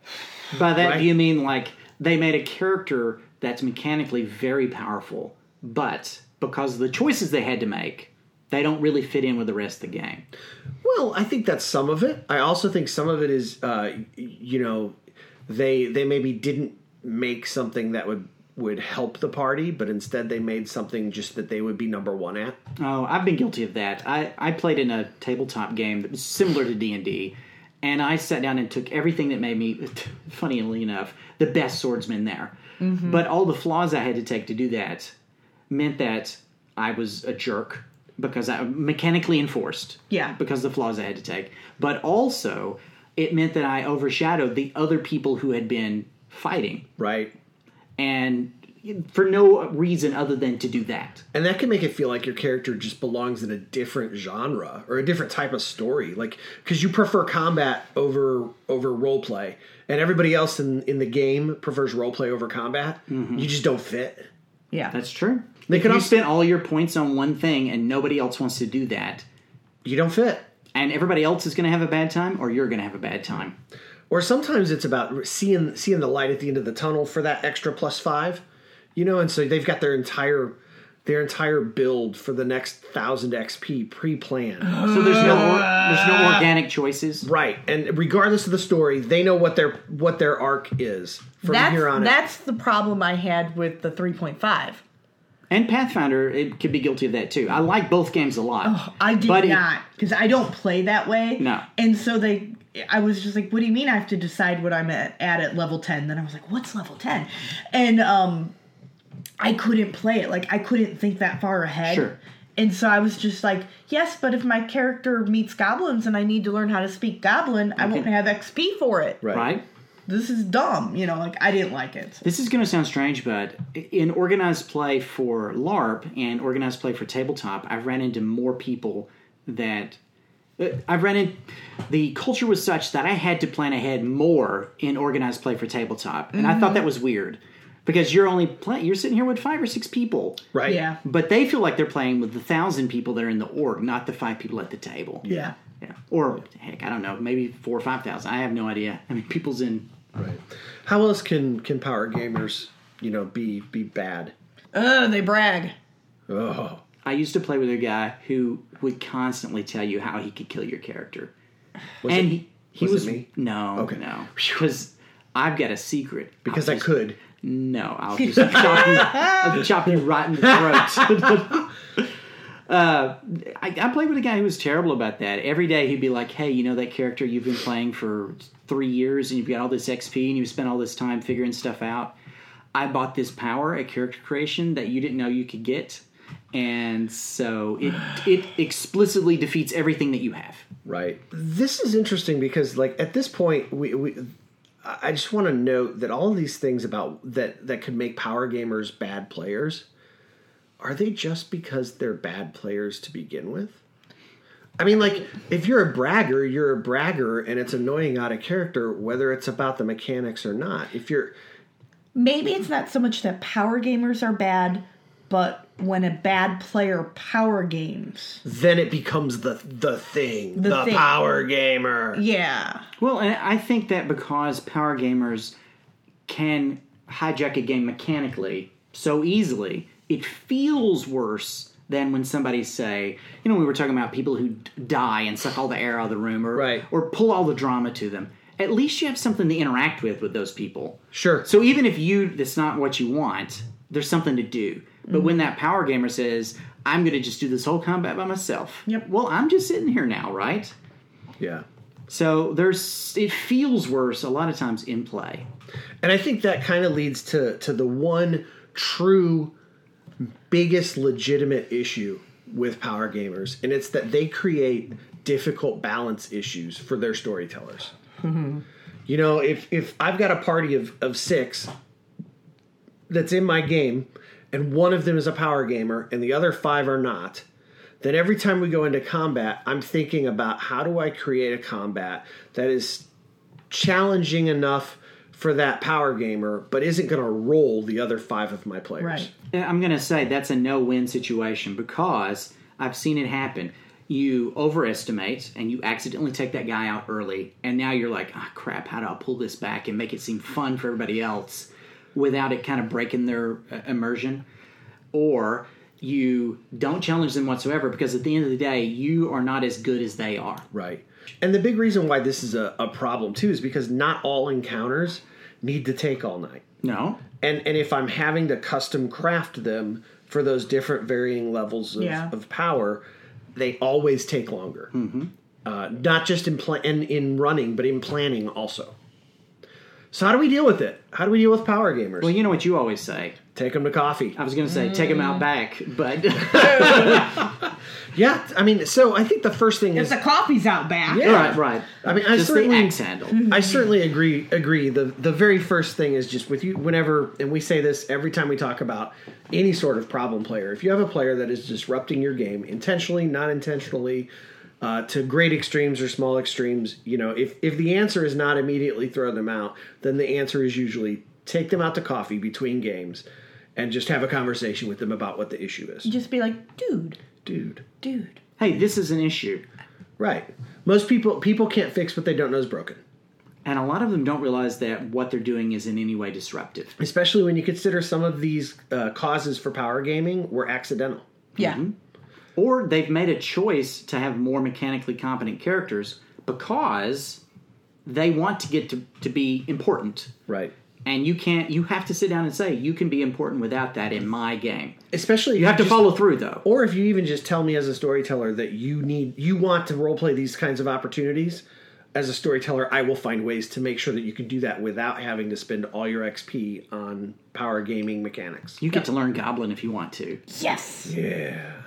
Speaker 3: By that,
Speaker 2: Right.
Speaker 3: do you mean like they made a character that's mechanically very powerful, but because of the choices they had to make, they don't really fit in with the rest of the game?
Speaker 2: Well, I think that's some of it. I also think some of it is, uh, y- you know, they they maybe didn't make something that would would help the party, but instead they made something just that they would be number one at.
Speaker 3: Oh, I've been guilty of that. I, I played in a tabletop game that was similar to D and D, and I sat down and took everything that made me, funnily enough, the best swordsman there. But all the flaws I had to take to do that meant that I was a jerk because I mechanically enforced.
Speaker 4: Yeah.
Speaker 3: Because the flaws I had to take, but also it meant that I overshadowed the other people who had been fighting,
Speaker 2: Right.
Speaker 3: and for no reason other than to do that.
Speaker 2: And that can make it feel like your character just belongs in a different genre or a different type of story, like because you prefer combat over over role play, and everybody else in in the game prefers role play over combat. You just don't fit.
Speaker 4: Yeah.
Speaker 3: That's true.
Speaker 2: They
Speaker 3: They
Speaker 2: could
Speaker 3: could you
Speaker 2: also-
Speaker 3: spend all your points on one thing and nobody else wants to do that,
Speaker 2: You don't fit.
Speaker 3: and everybody else is going to have a bad time, or you're going to have a bad time.
Speaker 2: Or sometimes it's about seeing seeing the light at the end of the tunnel for that extra plus five, you know. And so they've got their entire their entire build for the next thousand XP pre planned.
Speaker 3: So there's no or, there's no organic choices.
Speaker 2: Right, and regardless of the story, they know what their what their arc is from
Speaker 4: that's
Speaker 2: here on. out.
Speaker 4: that's the problem I had with the 3.5.
Speaker 3: And Pathfinder, it could be guilty of that too. I like both games a lot.
Speaker 4: I did
Speaker 3: but it-
Speaker 4: not because I don't play that way.
Speaker 3: No.
Speaker 4: And so they, I was just like, "What do you mean I have to decide what I'm at at, at level 10?" Then I was like, "What's level 10?" And um, I couldn't play it. Like I couldn't think that far ahead.
Speaker 3: Sure.
Speaker 4: And so I was just like, "Yes, but if my character meets goblins and I need to learn how to speak goblin, I won't have XP for it.
Speaker 3: right?
Speaker 4: This is dumb." You know, like I didn't like it.
Speaker 3: This is going to sound strange, but in organized play for LARP and organized play for tabletop, I've ran into more people that uh, I ran in. The culture was such that I had to plan ahead more in organized play for tabletop, and I thought that was weird because you're only playing. You're sitting here with five or six people,
Speaker 2: right?
Speaker 4: Yeah.
Speaker 3: But they feel like they're playing with the thousand people that are in the org, not the five people at the table.
Speaker 4: Yeah.
Speaker 3: Yeah. Or heck, I don't know, maybe four or five thousand. I have no idea. I mean, people's in.
Speaker 2: Right. How else can can power gamers, you know, be be bad?
Speaker 4: Ugh, they brag.
Speaker 2: Oh,
Speaker 3: I used to play with a guy who would constantly tell you how he could kill your character,
Speaker 2: Was
Speaker 3: and
Speaker 2: it-
Speaker 3: he he
Speaker 2: was
Speaker 3: was,
Speaker 2: it me?
Speaker 3: no
Speaker 2: Okay.
Speaker 3: no because I've got a secret
Speaker 2: because
Speaker 3: I'll
Speaker 2: I
Speaker 3: just-
Speaker 2: could.
Speaker 3: No, I'll just chop you, I'll chop you right in the throat. Uh, I, I played with a guy who was terrible about that. Every day he'd be like, "Hey, you know that character you've been playing for three years, and you've got all this XP, and you've spent all this time figuring stuff out. I bought this power at character creation that you didn't know you could get, and so it it explicitly defeats everything that you have."
Speaker 2: Right. This is interesting because, like, at this point, we, we I I just want to note that all these things about that that could make power gamers bad players are they just because they're bad players to begin with? I mean, like, if you're a bragger, you're a bragger, and it's annoying out of character, whether it's about the mechanics or not. If you're
Speaker 4: Maybe it's not so much that power gamers are bad, but when a bad player power games.
Speaker 2: then it becomes the the thing, the,
Speaker 4: The thing.
Speaker 2: power gamer.
Speaker 4: Yeah.
Speaker 3: Well, and I think that because power gamers can hijack a game mechanically so easily, it feels worse than when somebody say, you know, we were talking about people who d- die and suck all the air out of the room, or
Speaker 2: Right.
Speaker 3: or pull all the drama to them. At least you have something to interact with with those people.
Speaker 2: Sure.
Speaker 3: So even if you that's not what you want, there's something to do. But when that power gamer says, "I'm going to just do this whole combat by myself,"
Speaker 4: Yep.
Speaker 3: Well, I'm just sitting here now, right?
Speaker 2: yeah.
Speaker 3: So there's it feels worse a lot of times in play.
Speaker 2: And I think that kind of leads to to the one true biggest legitimate issue with power gamers, and it's that they create difficult balance issues for their storytellers. You know, if if I've got a party of of 6 that's in my game and one of them is a power gamer and the other 5 are not, then every time we go into combat, I'm thinking about how do I create a combat that is challenging enough for that power gamer, but isn't going to roll the other five of my players.
Speaker 4: Right.
Speaker 3: And I'm going to say that's a no-win situation because I've seen it happen. You overestimate and you accidentally take that guy out early, and now you're like, "Ah, crap! How do I pull this back and make it seem fun for everybody else without it kind of breaking their uh, immersion?" Or you don't challenge them whatsoever because at the end of the day, you are not as good as they are.
Speaker 2: Right. And the big reason why this is a, a problem too is because not all encounters need to take all night.
Speaker 3: No,
Speaker 2: And and if I'm having to custom craft them for those different varying levels of,
Speaker 4: Yeah.
Speaker 2: of power, they always take longer.
Speaker 3: Mm-hmm.
Speaker 2: Uh, not just in, pla- in in running, but in planning also. So how do we deal with it? How do we deal with power gamers?
Speaker 3: well, you Uh. know what you always say.
Speaker 2: Take them to coffee.
Speaker 3: I was going to say take him out back, but
Speaker 2: Yeah, I mean, so I think the first thing
Speaker 4: If
Speaker 2: is
Speaker 4: the coffee's out back.
Speaker 2: Yeah.
Speaker 3: right, right.
Speaker 2: I mean, I
Speaker 3: just the
Speaker 2: certainly-
Speaker 3: axe handle.
Speaker 2: I certainly agree. Agree. The the very first thing is just with you. Whenever and we say this every time we talk about any sort of problem player. If you have a player that is disrupting your game intentionally, not intentionally, uh, to great extremes or small extremes, you know, if if the answer is not immediately throw them out, then the answer is usually take them out to coffee between games, and just have a conversation with them about what the issue is,
Speaker 4: Just be like, dude,
Speaker 2: dude.
Speaker 4: dude.
Speaker 3: Hey, this is an issue,
Speaker 2: Right. Most people people can't fix what they don't know is broken.
Speaker 3: and a lot of them don't realize that what they're doing is in any way disruptive.
Speaker 2: especially when you consider some of these uh, causes for power gaming were accidental.
Speaker 4: Yeah.
Speaker 3: Or they've made a choice to have more mechanically competent characters because they want to get to, to be important.
Speaker 2: Right.
Speaker 3: And you can't. You have to sit down and say you can be important without that in my game.
Speaker 2: Especially
Speaker 3: You have to
Speaker 2: just-
Speaker 3: follow through though.
Speaker 2: or if you even just tell me as a storyteller that you need you want to roleplay these kinds of opportunities as a storyteller i will find ways to make sure that you can do that without having to spend all your xp on power gaming mechanics
Speaker 3: You get to learn Goblin if you want to.
Speaker 4: Yes.
Speaker 2: yeah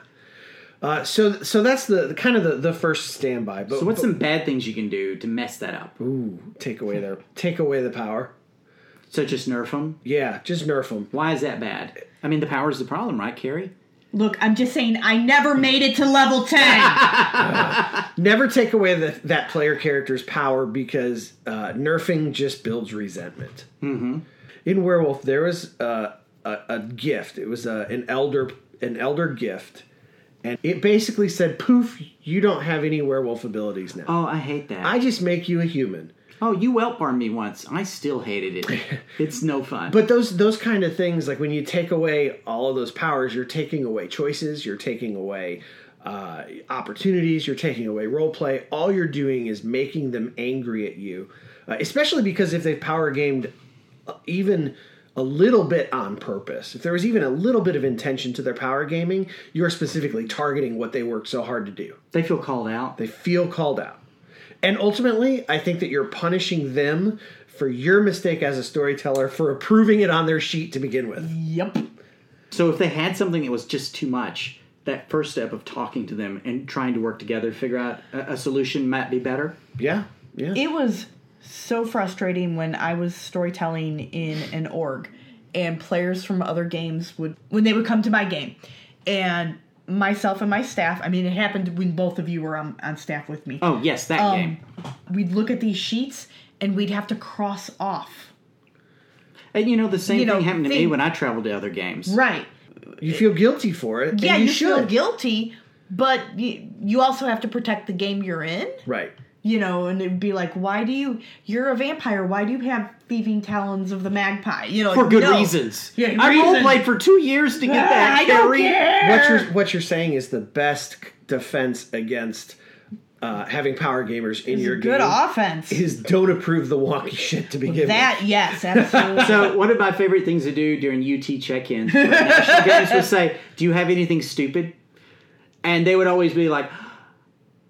Speaker 2: uh, so so that's the, the kind of the, the first standby but
Speaker 3: So what's
Speaker 2: but,
Speaker 3: some bad things you can do to mess that up?
Speaker 2: ooh, take away their take away the power
Speaker 3: So just nerf them.
Speaker 2: yeah just nerf them
Speaker 3: Why is that bad? I mean, the power's the problem, right, Carrie?
Speaker 4: Look, I'm just saying, I never made it to level 10.
Speaker 2: Never take away the, that player character's power because uh, nerfing just builds resentment. Mm-hmm. In Werewolf, there was uh, a, a gift. It was uh an elder an elder gift, and it basically said, "Poof, you don't have any werewolf abilities now.
Speaker 3: Oh, I hate that.
Speaker 2: I just make you a human."
Speaker 3: oh, you whelp on me once. I still hated it. it's no fun.
Speaker 2: But those those kind of things, like when you take away all of those powers, you're taking away choices, you're taking away uh, opportunities, you're taking away role play. All you're doing is making them angry at you, uh, especially because if they've power gamed uh, even a little bit on purpose, if there was even a little bit of intention to their power gaming, you're specifically targeting what they worked so hard to do.
Speaker 3: they feel called out.
Speaker 2: They feel called out. And ultimately, I think that you're punishing them for your mistake as a storyteller for approving it on their sheet to begin with.
Speaker 3: Yep. So if they had something that was just too much, that first step of talking to them and trying to work together to figure out a, a solution might be better.
Speaker 2: Yeah. Yeah.
Speaker 4: it was so frustrating when I was storytelling in an org and players from other games would, when they would come to my game and myself and my staff, I mean, it happened when both of you were on, on staff with me.
Speaker 3: Oh yes, that
Speaker 4: Um,
Speaker 3: game.
Speaker 4: We'd look at these sheets and we'd have to cross off.
Speaker 3: And you know the same
Speaker 4: you know,
Speaker 3: thing happened to me
Speaker 4: thing-
Speaker 3: when I traveled to other games.
Speaker 4: Right.
Speaker 2: you feel guilty for it.
Speaker 4: Yeah,
Speaker 2: and
Speaker 4: you,
Speaker 2: you,
Speaker 4: feel
Speaker 2: should.
Speaker 4: guilty, but you, you also have to protect the game you're in.
Speaker 2: right.
Speaker 4: You know, and it'd be like, why do you? You're a vampire. Why do you have thieving talons of the magpie? You know,
Speaker 3: For
Speaker 4: like,
Speaker 3: good
Speaker 4: no.
Speaker 3: reasons.
Speaker 4: Yeah,
Speaker 3: I
Speaker 4: reasons.
Speaker 3: roleplayed for two years to get
Speaker 4: Ah,
Speaker 3: that.
Speaker 4: I don't
Speaker 3: Carrie.
Speaker 4: care.
Speaker 2: What you're what you're saying is the best defense against uh, having power gamers in your
Speaker 4: good
Speaker 2: game
Speaker 4: offense.
Speaker 2: is don't approve the wonky shit to begin
Speaker 4: That yes, absolutely.
Speaker 3: So one of my favorite things to do during UT check-ins for national games would say, "Do you have anything stupid?" And they would always be like,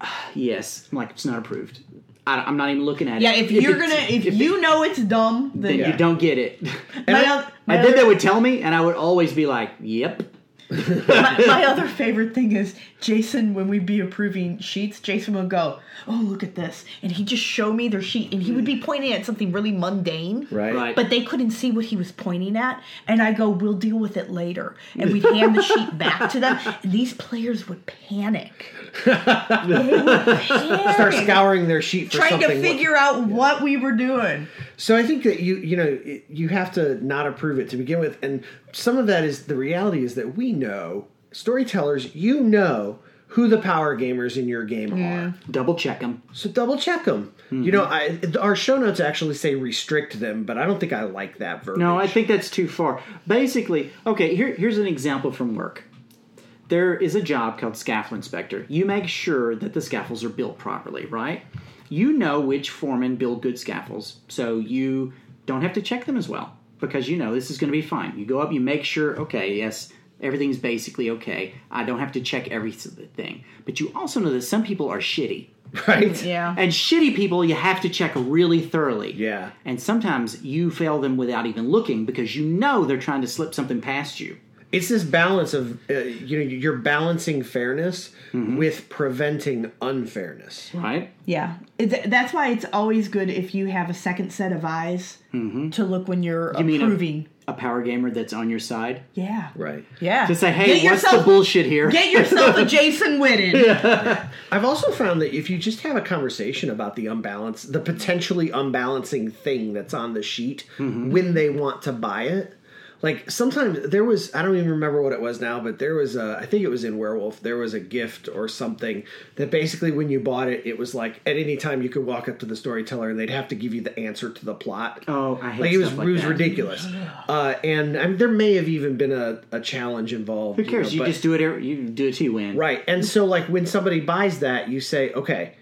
Speaker 3: "Ah, "Yes." I'm like, "It's not approved. I, I'm not even looking at
Speaker 4: yeah,
Speaker 3: it."
Speaker 4: if you're
Speaker 3: it's-
Speaker 4: gonna, if,
Speaker 3: it-
Speaker 4: you know it's dumb, then
Speaker 3: then
Speaker 2: Yeah.
Speaker 3: you don't get it.
Speaker 4: my,
Speaker 2: I-
Speaker 4: oth- my
Speaker 3: and then
Speaker 4: other-
Speaker 3: they would tell me, and I would always be like, "Yep."
Speaker 4: my, my other favorite thing is Jason. When we'd be approving sheets, Jason would go, "Oh, look at this," and he'd just show me their sheet, and he would be pointing at something really mundane,
Speaker 2: with. Right.
Speaker 3: Right.
Speaker 4: But they couldn't see what he was pointing at, and I go, "We'll deal with it later," and we'd hand the sheet back to them. And these players would panic. they would panic,
Speaker 2: Start scouring their sheet for
Speaker 4: trying
Speaker 2: something.
Speaker 4: to figure out what we were doing.
Speaker 2: So I think that you you know it- you have to not approve it to begin with, and some of that is the reality is that we know storytellers, you know who the power gamers in your game are.
Speaker 3: Double check them.
Speaker 2: So double check them.
Speaker 3: Hmm.
Speaker 2: You know, I, our show notes actually say restrict them, but I don't think I like that verb.
Speaker 3: No, I think that's too far. Basically, okay, here, here's an example from work. There is a job called scaffold inspector. You make sure that the scaffolds are built properly, right? You know which foremen build good scaffolds, so you don't have to check them as well because you know this is going to be fine. You go up, you make sure, okay, yes, everything's basically okay. I don't have to check everything. But you also know that some people are shitty.
Speaker 2: right.
Speaker 4: Yeah.
Speaker 3: And shitty people, you have to check really thoroughly.
Speaker 2: Yeah.
Speaker 3: And sometimes you fail them without even looking because you know they're trying to slip something past you.
Speaker 2: It's this balance of uh, you know you're balancing fairness
Speaker 3: Mm-hmm.
Speaker 2: with preventing unfairness.
Speaker 3: Right?
Speaker 4: Yeah, It's- that's why it's always good if you have a second set of eyes
Speaker 2: Mm-hmm.
Speaker 4: to look when you're
Speaker 3: mean a-
Speaker 4: approving.
Speaker 3: A power gamer that's on your side
Speaker 4: yeah,
Speaker 2: Right.
Speaker 4: yeah.
Speaker 3: to say, hey, what's the bullshit here?
Speaker 4: Get yourself a Jason Witten.
Speaker 2: I've also found that if you just have a conversation about the unbalance, the potentially unbalancing thing that's on the sheet
Speaker 3: Mm-hmm.
Speaker 2: when they want to buy it, like sometimes there was I don't even remember what it was now, but there was a I think it was in Werewolf there was a gift or something that basically when you bought it it was like at any time you could walk up to the storyteller and they'd have to give you the answer to the plot.
Speaker 3: Oh, I hate
Speaker 2: like it was
Speaker 3: stuff like
Speaker 2: it was
Speaker 3: that.
Speaker 2: ridiculous, uh, and I mean, there may have even been a, a challenge involved.
Speaker 3: Who cares? You,
Speaker 2: know, but-
Speaker 3: just do it. every- You do it till you win.
Speaker 2: Right. And so, like, when somebody buys that, you say, okay,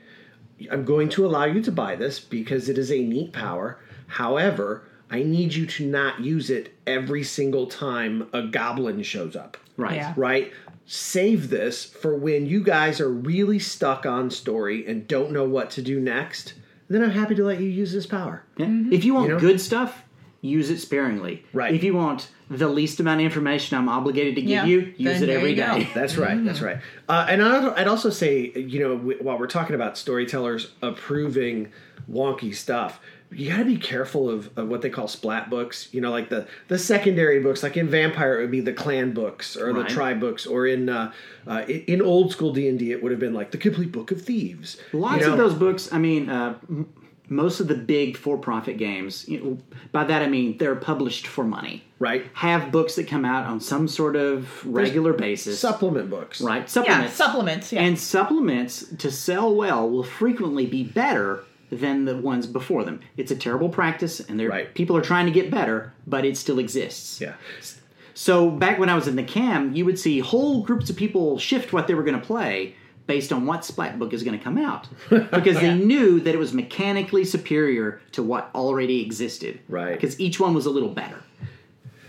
Speaker 2: I'm going to allow you to buy this because it is a neat power. However, I need you to not use it every single time a goblin shows up.
Speaker 3: Right.
Speaker 4: Yeah.
Speaker 2: Right? Save this for when you guys are really stuck on story and don't know what to do next. Then I'm happy to let you use this power.
Speaker 3: Yeah.
Speaker 4: Mm-hmm.
Speaker 3: If you want
Speaker 2: know?
Speaker 3: good stuff, use it sparingly.
Speaker 2: Right.
Speaker 3: If you want the least amount of information I'm obligated to give
Speaker 4: Yeah.
Speaker 3: you, use
Speaker 4: Then
Speaker 3: it
Speaker 4: there
Speaker 3: every
Speaker 4: you go.
Speaker 3: day.
Speaker 2: That's right. That's
Speaker 3: Mm.
Speaker 2: right. Uh, and I'd, I'd also say, you know, w- while we're talking about storytellers approving wonky stuff, you got to be careful of, of what they call splat books. You know, like the the secondary books, like in Vampire, it would be the clan books or
Speaker 3: Right.
Speaker 2: the tribe books, or in uh, uh, in in old school D and D, it would have been like the complete book of thieves. you
Speaker 3: Lots
Speaker 2: know?
Speaker 3: of those books. I mean, uh, m- most of the big for-profit games. You know, by that I mean they're published for money.
Speaker 2: Right.
Speaker 3: Have books that come out on some sort of regular basis.
Speaker 2: supplement books,
Speaker 3: right.
Speaker 4: Yeah,
Speaker 3: Supplements.
Speaker 4: supplements. Yeah.
Speaker 3: And supplements to sell well will frequently be better than the ones before them. It's a terrible practice, and they're,
Speaker 2: Right.
Speaker 3: people are trying to get better, but it still exists.
Speaker 2: Yeah,
Speaker 3: So back when I was in the cam, you would see whole groups of people shift what they were going to play based on what splat book is going to come out because they knew that it was mechanically superior to what already existed.
Speaker 2: Right.
Speaker 3: Because each one was a little better.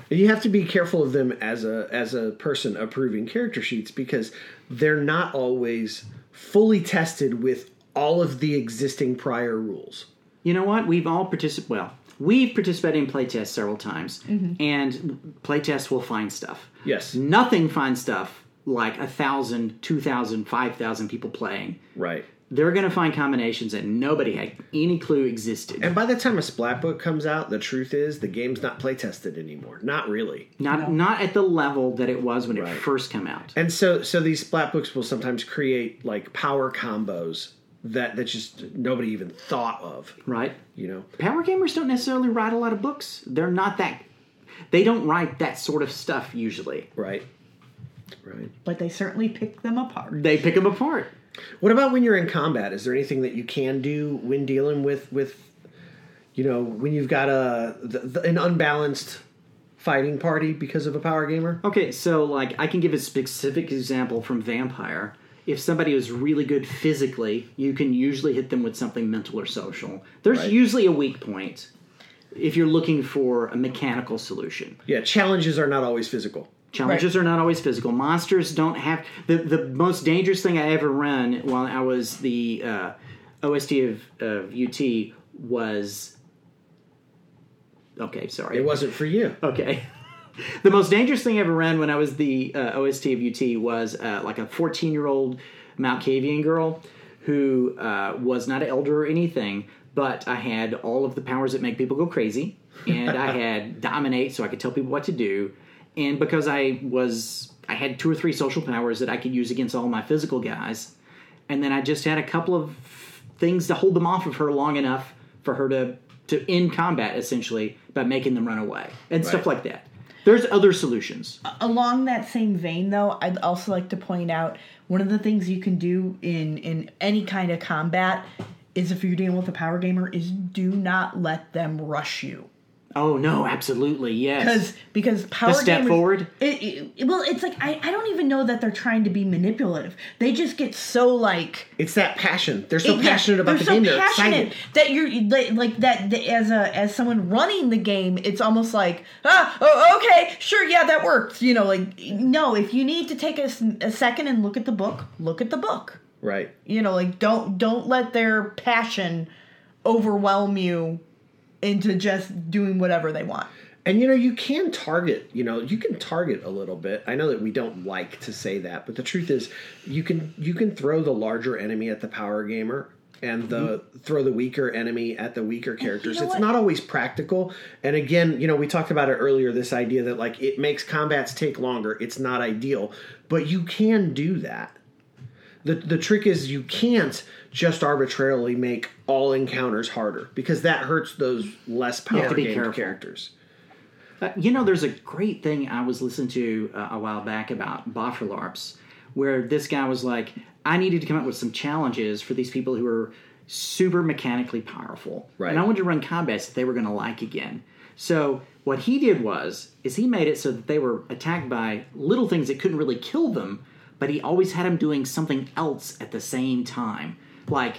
Speaker 2: And you have to be careful of them as a as a person approving character sheets because they're not always fully tested with all of the existing prior rules.
Speaker 3: you know what? We've all participated. Well, we've participated in playtests several times, and playtests will find stuff.
Speaker 2: Yes.
Speaker 3: Nothing finds stuff like a thousand, two thousand, five thousand people playing.
Speaker 2: Right.
Speaker 3: They're going to find combinations that nobody had any clue existed.
Speaker 2: And by the time a splat book comes out, the truth is the game's not play tested anymore. Not really.
Speaker 3: not not at the level that it was when
Speaker 2: Right.
Speaker 3: it first came out.
Speaker 2: And so so these splat books will sometimes create like power combos that that just nobody even thought of.
Speaker 3: Right.
Speaker 2: You know.
Speaker 3: Power gamers don't necessarily write a lot of books. They're not that. They don't write that sort of stuff usually.
Speaker 2: Right. Right.
Speaker 4: but they certainly pick them apart.
Speaker 3: They pick them apart.
Speaker 2: What about when you're in combat? Is there anything that you can do when dealing with with you know when you've got a the, the, an unbalanced fighting party because of a power gamer?
Speaker 3: Okay, so like I can give a specific example from Vampire. If somebody is really good physically, you can usually hit them with something mental or social. There's
Speaker 2: Right.
Speaker 3: usually a weak point if you're looking for a mechanical solution.
Speaker 2: Yeah, challenges are not always physical.
Speaker 3: Challenges are not always physical. Monsters don't have the the most dangerous thing I ever ran while I was the uh, OST of, of UT was okay. Sorry,
Speaker 2: It wasn't for you.
Speaker 3: Okay. the most dangerous thing I ever ran when I was the uh, OST of UT was uh, like a 14 year old Malkavian girl who uh, was not an elder or anything, but I had all of the powers that make people go crazy, and I had dominate so I could tell people what to do, and because I was I had two or three social powers that I could use against all my physical guys, and then I just had a couple of things to hold them off of her long enough for her to to end combat essentially by making them run away and stuff like that. There's other solutions.
Speaker 4: Uh, Along that same vein, though, I'd also like to point out one of the things you can do in in any kind of combat is if you're dealing with a power gamer is do not let them rush you.
Speaker 3: oh no, absolutely yes.
Speaker 4: because because power
Speaker 3: step
Speaker 4: gamers-
Speaker 3: forward?
Speaker 4: It, it- well, it's like I, I don't even know that they're trying to be manipulative. They just get so like
Speaker 2: It's that passion. They're so
Speaker 4: yeah,
Speaker 2: passionate about
Speaker 4: they're
Speaker 2: the
Speaker 4: so
Speaker 2: game. They're
Speaker 4: passionate
Speaker 2: excited.
Speaker 4: that you're like, like that that as a as someone running the game. It's almost like ah oh, okay sure yeah that works. You know like no if you need to take a, s- a second and look at the book look at the book.
Speaker 2: Right.
Speaker 4: You know like don't don't let their passion overwhelm you into just doing whatever they want.
Speaker 2: And you know, you can target, you know, you can target a little bit. I know that we don't like to say that, but the truth is you can you can throw the larger enemy at the power gamer and the throw the weaker enemy at the weaker characters.
Speaker 4: know
Speaker 2: it's
Speaker 4: what?
Speaker 2: not always practical. And again, you know, we talked about it earlier this idea that like it makes combats take longer. It's not ideal, but you can do that. The, the trick is you can't just arbitrarily make all encounters harder because that hurts those less
Speaker 3: have
Speaker 2: power
Speaker 3: to be
Speaker 2: gamer
Speaker 3: careful.
Speaker 2: characters.
Speaker 3: Uh, you know, there's a great thing I was listening to uh, a while back about Boffer LARPs, where this guy was like, I needed to come up with some challenges for these people who are super mechanically powerful.
Speaker 2: Right.
Speaker 3: And I wanted to run combats that they were going to like again. So what he did was, is he made it so that they were attacked by little things that couldn't really kill them, but he always had them doing something else at the same time. Like,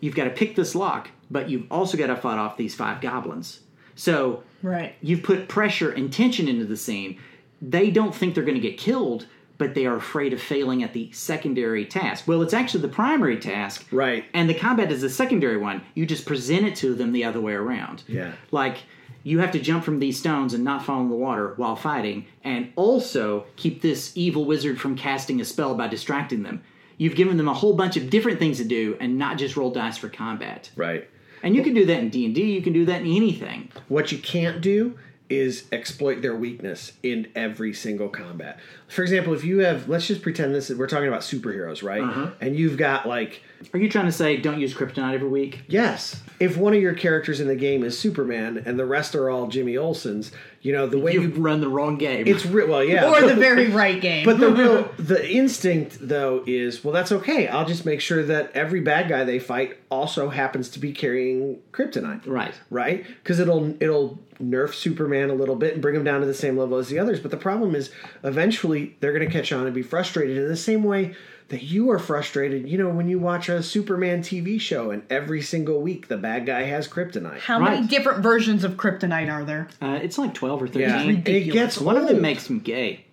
Speaker 3: you've got to pick this lock, but you've also got to fight off these five goblins. So
Speaker 4: Right.
Speaker 3: You've put pressure and tension into the scene. They don't think they're going to get killed, but they are afraid of failing at the secondary task. Well, it's actually the primary task.
Speaker 2: Right.
Speaker 3: And the combat is the secondary one. You just present it to them the other way around.
Speaker 2: Yeah.
Speaker 3: Like, you have to jump from these stones and not fall in the water while fighting, and also keep this evil wizard from casting a spell by distracting them. You've given them a whole bunch of different things to do and not just roll dice for combat.
Speaker 2: Right.
Speaker 3: And you can do that in D and D. You can do that in anything.
Speaker 2: What you can't do is exploit their weakness in every single combat. For example, if you have, let's just pretend this is, we're talking about superheroes, right?
Speaker 4: Uh-huh.
Speaker 2: And you've got like,
Speaker 3: Are you trying to say don't use kryptonite every week?
Speaker 2: yes, if one of your characters in the game is Superman and the rest are all Jimmy Olsen's, you know, the way
Speaker 3: You
Speaker 2: you,
Speaker 3: run the wrong game.
Speaker 2: it's re- well, yeah.
Speaker 4: or the very right game.
Speaker 2: But the real the instinct though is well that's okay. I'll just make sure that every bad guy they fight also happens to be carrying kryptonite.
Speaker 3: right.
Speaker 2: Right? Cuz it'll it'll nerf Superman a little bit and bring him down to the same level as the others, but the problem is eventually they're going to catch on and be frustrated in the same way that you are frustrated, you know, when you watch a Superman TV show and every single week the bad guy has kryptonite.
Speaker 4: How many
Speaker 3: Right.
Speaker 4: different versions of kryptonite are there?
Speaker 3: Uh, it's like twelve or
Speaker 2: Yeah.
Speaker 3: thirteen.
Speaker 2: And it gets
Speaker 3: one of them
Speaker 2: old.
Speaker 3: makes him gay.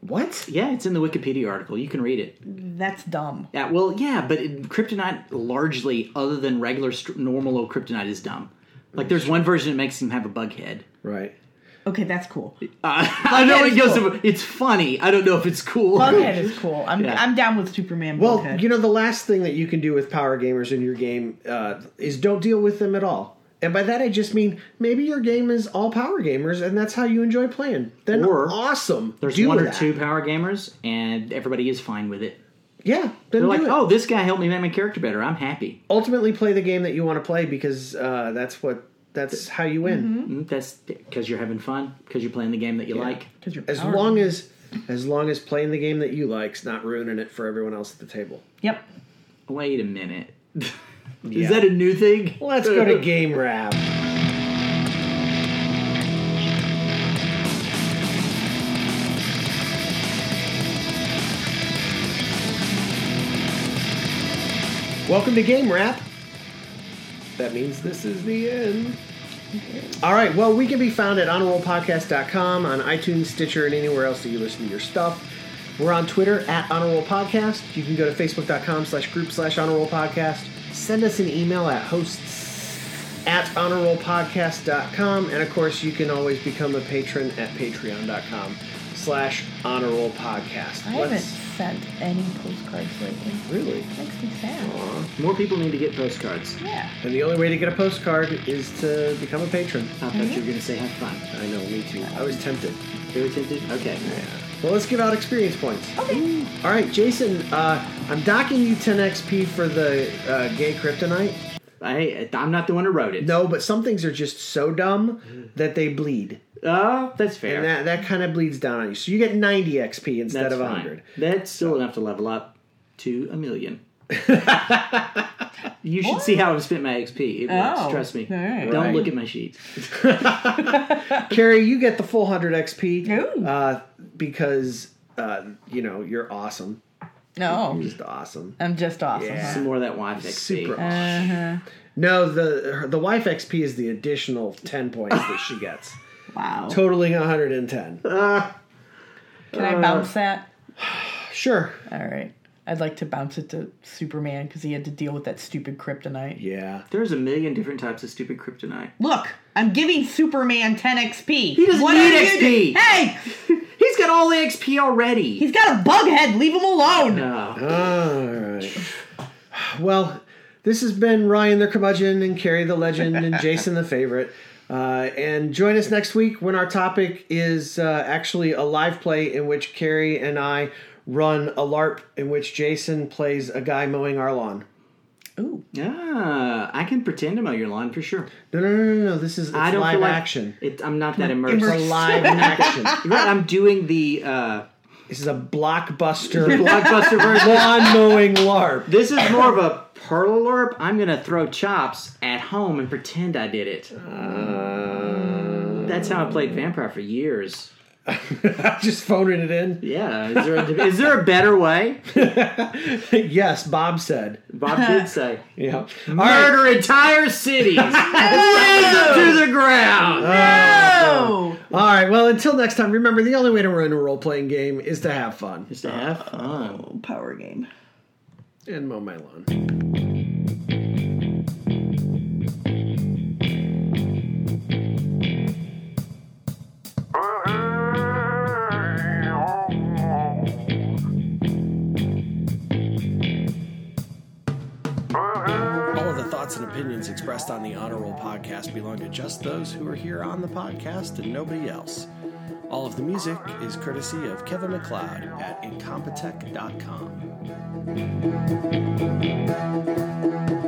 Speaker 2: What?
Speaker 3: Yeah, it's in the Wikipedia article. You can read it.
Speaker 4: That's dumb.
Speaker 3: Yeah, well, yeah, but it, kryptonite largely, other than regular st- normal old kryptonite, is dumb. Like there's one version that makes him have a bug head.
Speaker 2: Right.
Speaker 4: Okay, that's cool.
Speaker 3: I know
Speaker 4: Bughead
Speaker 3: it
Speaker 4: is
Speaker 3: goes.
Speaker 4: cool.
Speaker 3: to- It's funny. I don't know if it's cool.
Speaker 4: Bughead is cool. I'm
Speaker 3: Yeah.
Speaker 4: I'm down with Superman.
Speaker 2: Well,
Speaker 4: Bughead.
Speaker 2: you know, the last thing that you can do with power gamers in your game uh, is don't deal with them at all. And by that, I just mean maybe your game is all power gamers, and that's how you enjoy playing. Then
Speaker 3: Or
Speaker 2: awesome.
Speaker 3: There's
Speaker 2: Do
Speaker 3: one or
Speaker 2: that.
Speaker 3: two power gamers, and everybody is fine with it.
Speaker 2: Yeah, then
Speaker 3: They're
Speaker 2: do
Speaker 3: like,
Speaker 2: it.
Speaker 3: "Oh, this guy helped me make my character better. I'm happy."
Speaker 2: Ultimately, play the game that you want to play because uh, that's what that's how you win.
Speaker 3: Mm, That's because you're having fun, because you're playing the game that you like.
Speaker 4: 'Cause you're
Speaker 2: As
Speaker 4: powered.
Speaker 2: long as as long as playing the game that you like's not ruining it for everyone else at the table.
Speaker 4: yep.
Speaker 3: Wait a minute. is
Speaker 2: Yeah.
Speaker 3: that a new thing?
Speaker 2: Let's go to game wrap. Welcome to game wrap. That means this is the end. All right. Well, we can be found at honorrollpodcast.com on iTunes, Stitcher, and anywhere else that you listen to your stuff. We're on Twitter at honorroll podcast. You can go to facebook.com slash group slash honorroll podcast. Send us an email at hosts at honorrollpodcast.com. And of course, you can always become a patron at patreon.com slash honorrollpodcast.
Speaker 4: I haven't sent any postcards lately.
Speaker 2: Really?
Speaker 4: Makes me sad.
Speaker 3: More people need to get postcards.
Speaker 4: Yeah.
Speaker 2: And the only way to get a postcard is to become a patron.
Speaker 3: I thought you were going to say have fun.
Speaker 2: I know, me too. I was tempted.
Speaker 3: You were tempted? Okay.
Speaker 2: Well, let's give out experience points.
Speaker 4: Okay.
Speaker 2: All right, Jason, uh, I'm docking you 10 XP for the uh, gay kryptonite.
Speaker 3: I, I'm not the one who wrote it.
Speaker 2: No, but some things are just so
Speaker 3: Mm-hmm.
Speaker 2: dumb that they bleed.
Speaker 3: Oh, that's fair.
Speaker 2: And that, that kind of bleeds down on you. So you get 90 XP instead
Speaker 3: that's
Speaker 2: of
Speaker 3: fine.
Speaker 2: 100.
Speaker 3: That's still enough to level up to a million. you should see how I've spent my XP. It works,
Speaker 4: Oh,
Speaker 3: trust me.
Speaker 4: all right.
Speaker 3: Don't look at my sheet.
Speaker 2: Carrie, you get the full 100 XP
Speaker 4: Ooh.
Speaker 2: uh, because, uh, you know, you're awesome.
Speaker 4: No,
Speaker 2: Just awesome.
Speaker 4: I'm just awesome.
Speaker 2: Yeah.
Speaker 3: Some more of that wife XP.
Speaker 2: Super awesome.
Speaker 4: Uh-huh.
Speaker 2: No, the her, the wife XP is the additional 10 points that she gets,
Speaker 4: Wow.
Speaker 2: totaling 110.
Speaker 4: Can I bounce that?
Speaker 2: Sure.
Speaker 4: All right. I'd like to bounce it to Superman because he had to deal with that stupid kryptonite.
Speaker 2: Yeah.
Speaker 3: There's a million different types of stupid kryptonite.
Speaker 4: Look, I'm giving Superman 10 XP.
Speaker 3: He doesn't
Speaker 4: are
Speaker 3: need
Speaker 4: you
Speaker 3: XP.
Speaker 4: doing? Hey,
Speaker 3: He's got all the XP already. Uh,
Speaker 4: he's got a bug head. Leave him alone.
Speaker 3: no.
Speaker 2: All right. Well, this has been Ryan the curmudgeon and Carrie the legend and Jason the favorite. Uh, and join us next week when our topic is uh, actually a live play in which Carrie and I run a LARP in which Jason plays a guy mowing our lawn.
Speaker 4: Ooh.
Speaker 3: Ah, I can pretend to mow your lawn for sure.
Speaker 2: No, no, no, no, no. This is it's
Speaker 3: I don't
Speaker 2: live
Speaker 3: feel like
Speaker 2: action.
Speaker 3: It, I'm not that
Speaker 2: It's a
Speaker 3: immersed.
Speaker 2: live action.
Speaker 3: You're right, I'm doing the uh,
Speaker 2: This is a blockbuster
Speaker 3: blockbuster version.
Speaker 2: lawn mowing LARP.
Speaker 3: This is more of a pearl lurp. I'm gonna throw chops at home and pretend I did it. That's how I played vampire for years.
Speaker 2: Just phoning it in.
Speaker 3: Yeah. Is there a, is there a better way?
Speaker 2: yes, Bob said.
Speaker 3: Bob did say
Speaker 2: Yeah. All right.
Speaker 3: murder entire cities, raise them to the ground.
Speaker 4: Oh.
Speaker 2: All right. Well, until next time, remember the only way to ruin a role playing game is to have fun
Speaker 3: Just to have fun.
Speaker 4: Power game.
Speaker 2: and mow my lawn. All of the thoughts and opinions opinions expressed on the Honor Roll podcast belong to just those who are here on the podcast and nobody else. All of the music is courtesy of Kevin McLeod at incompetech.com.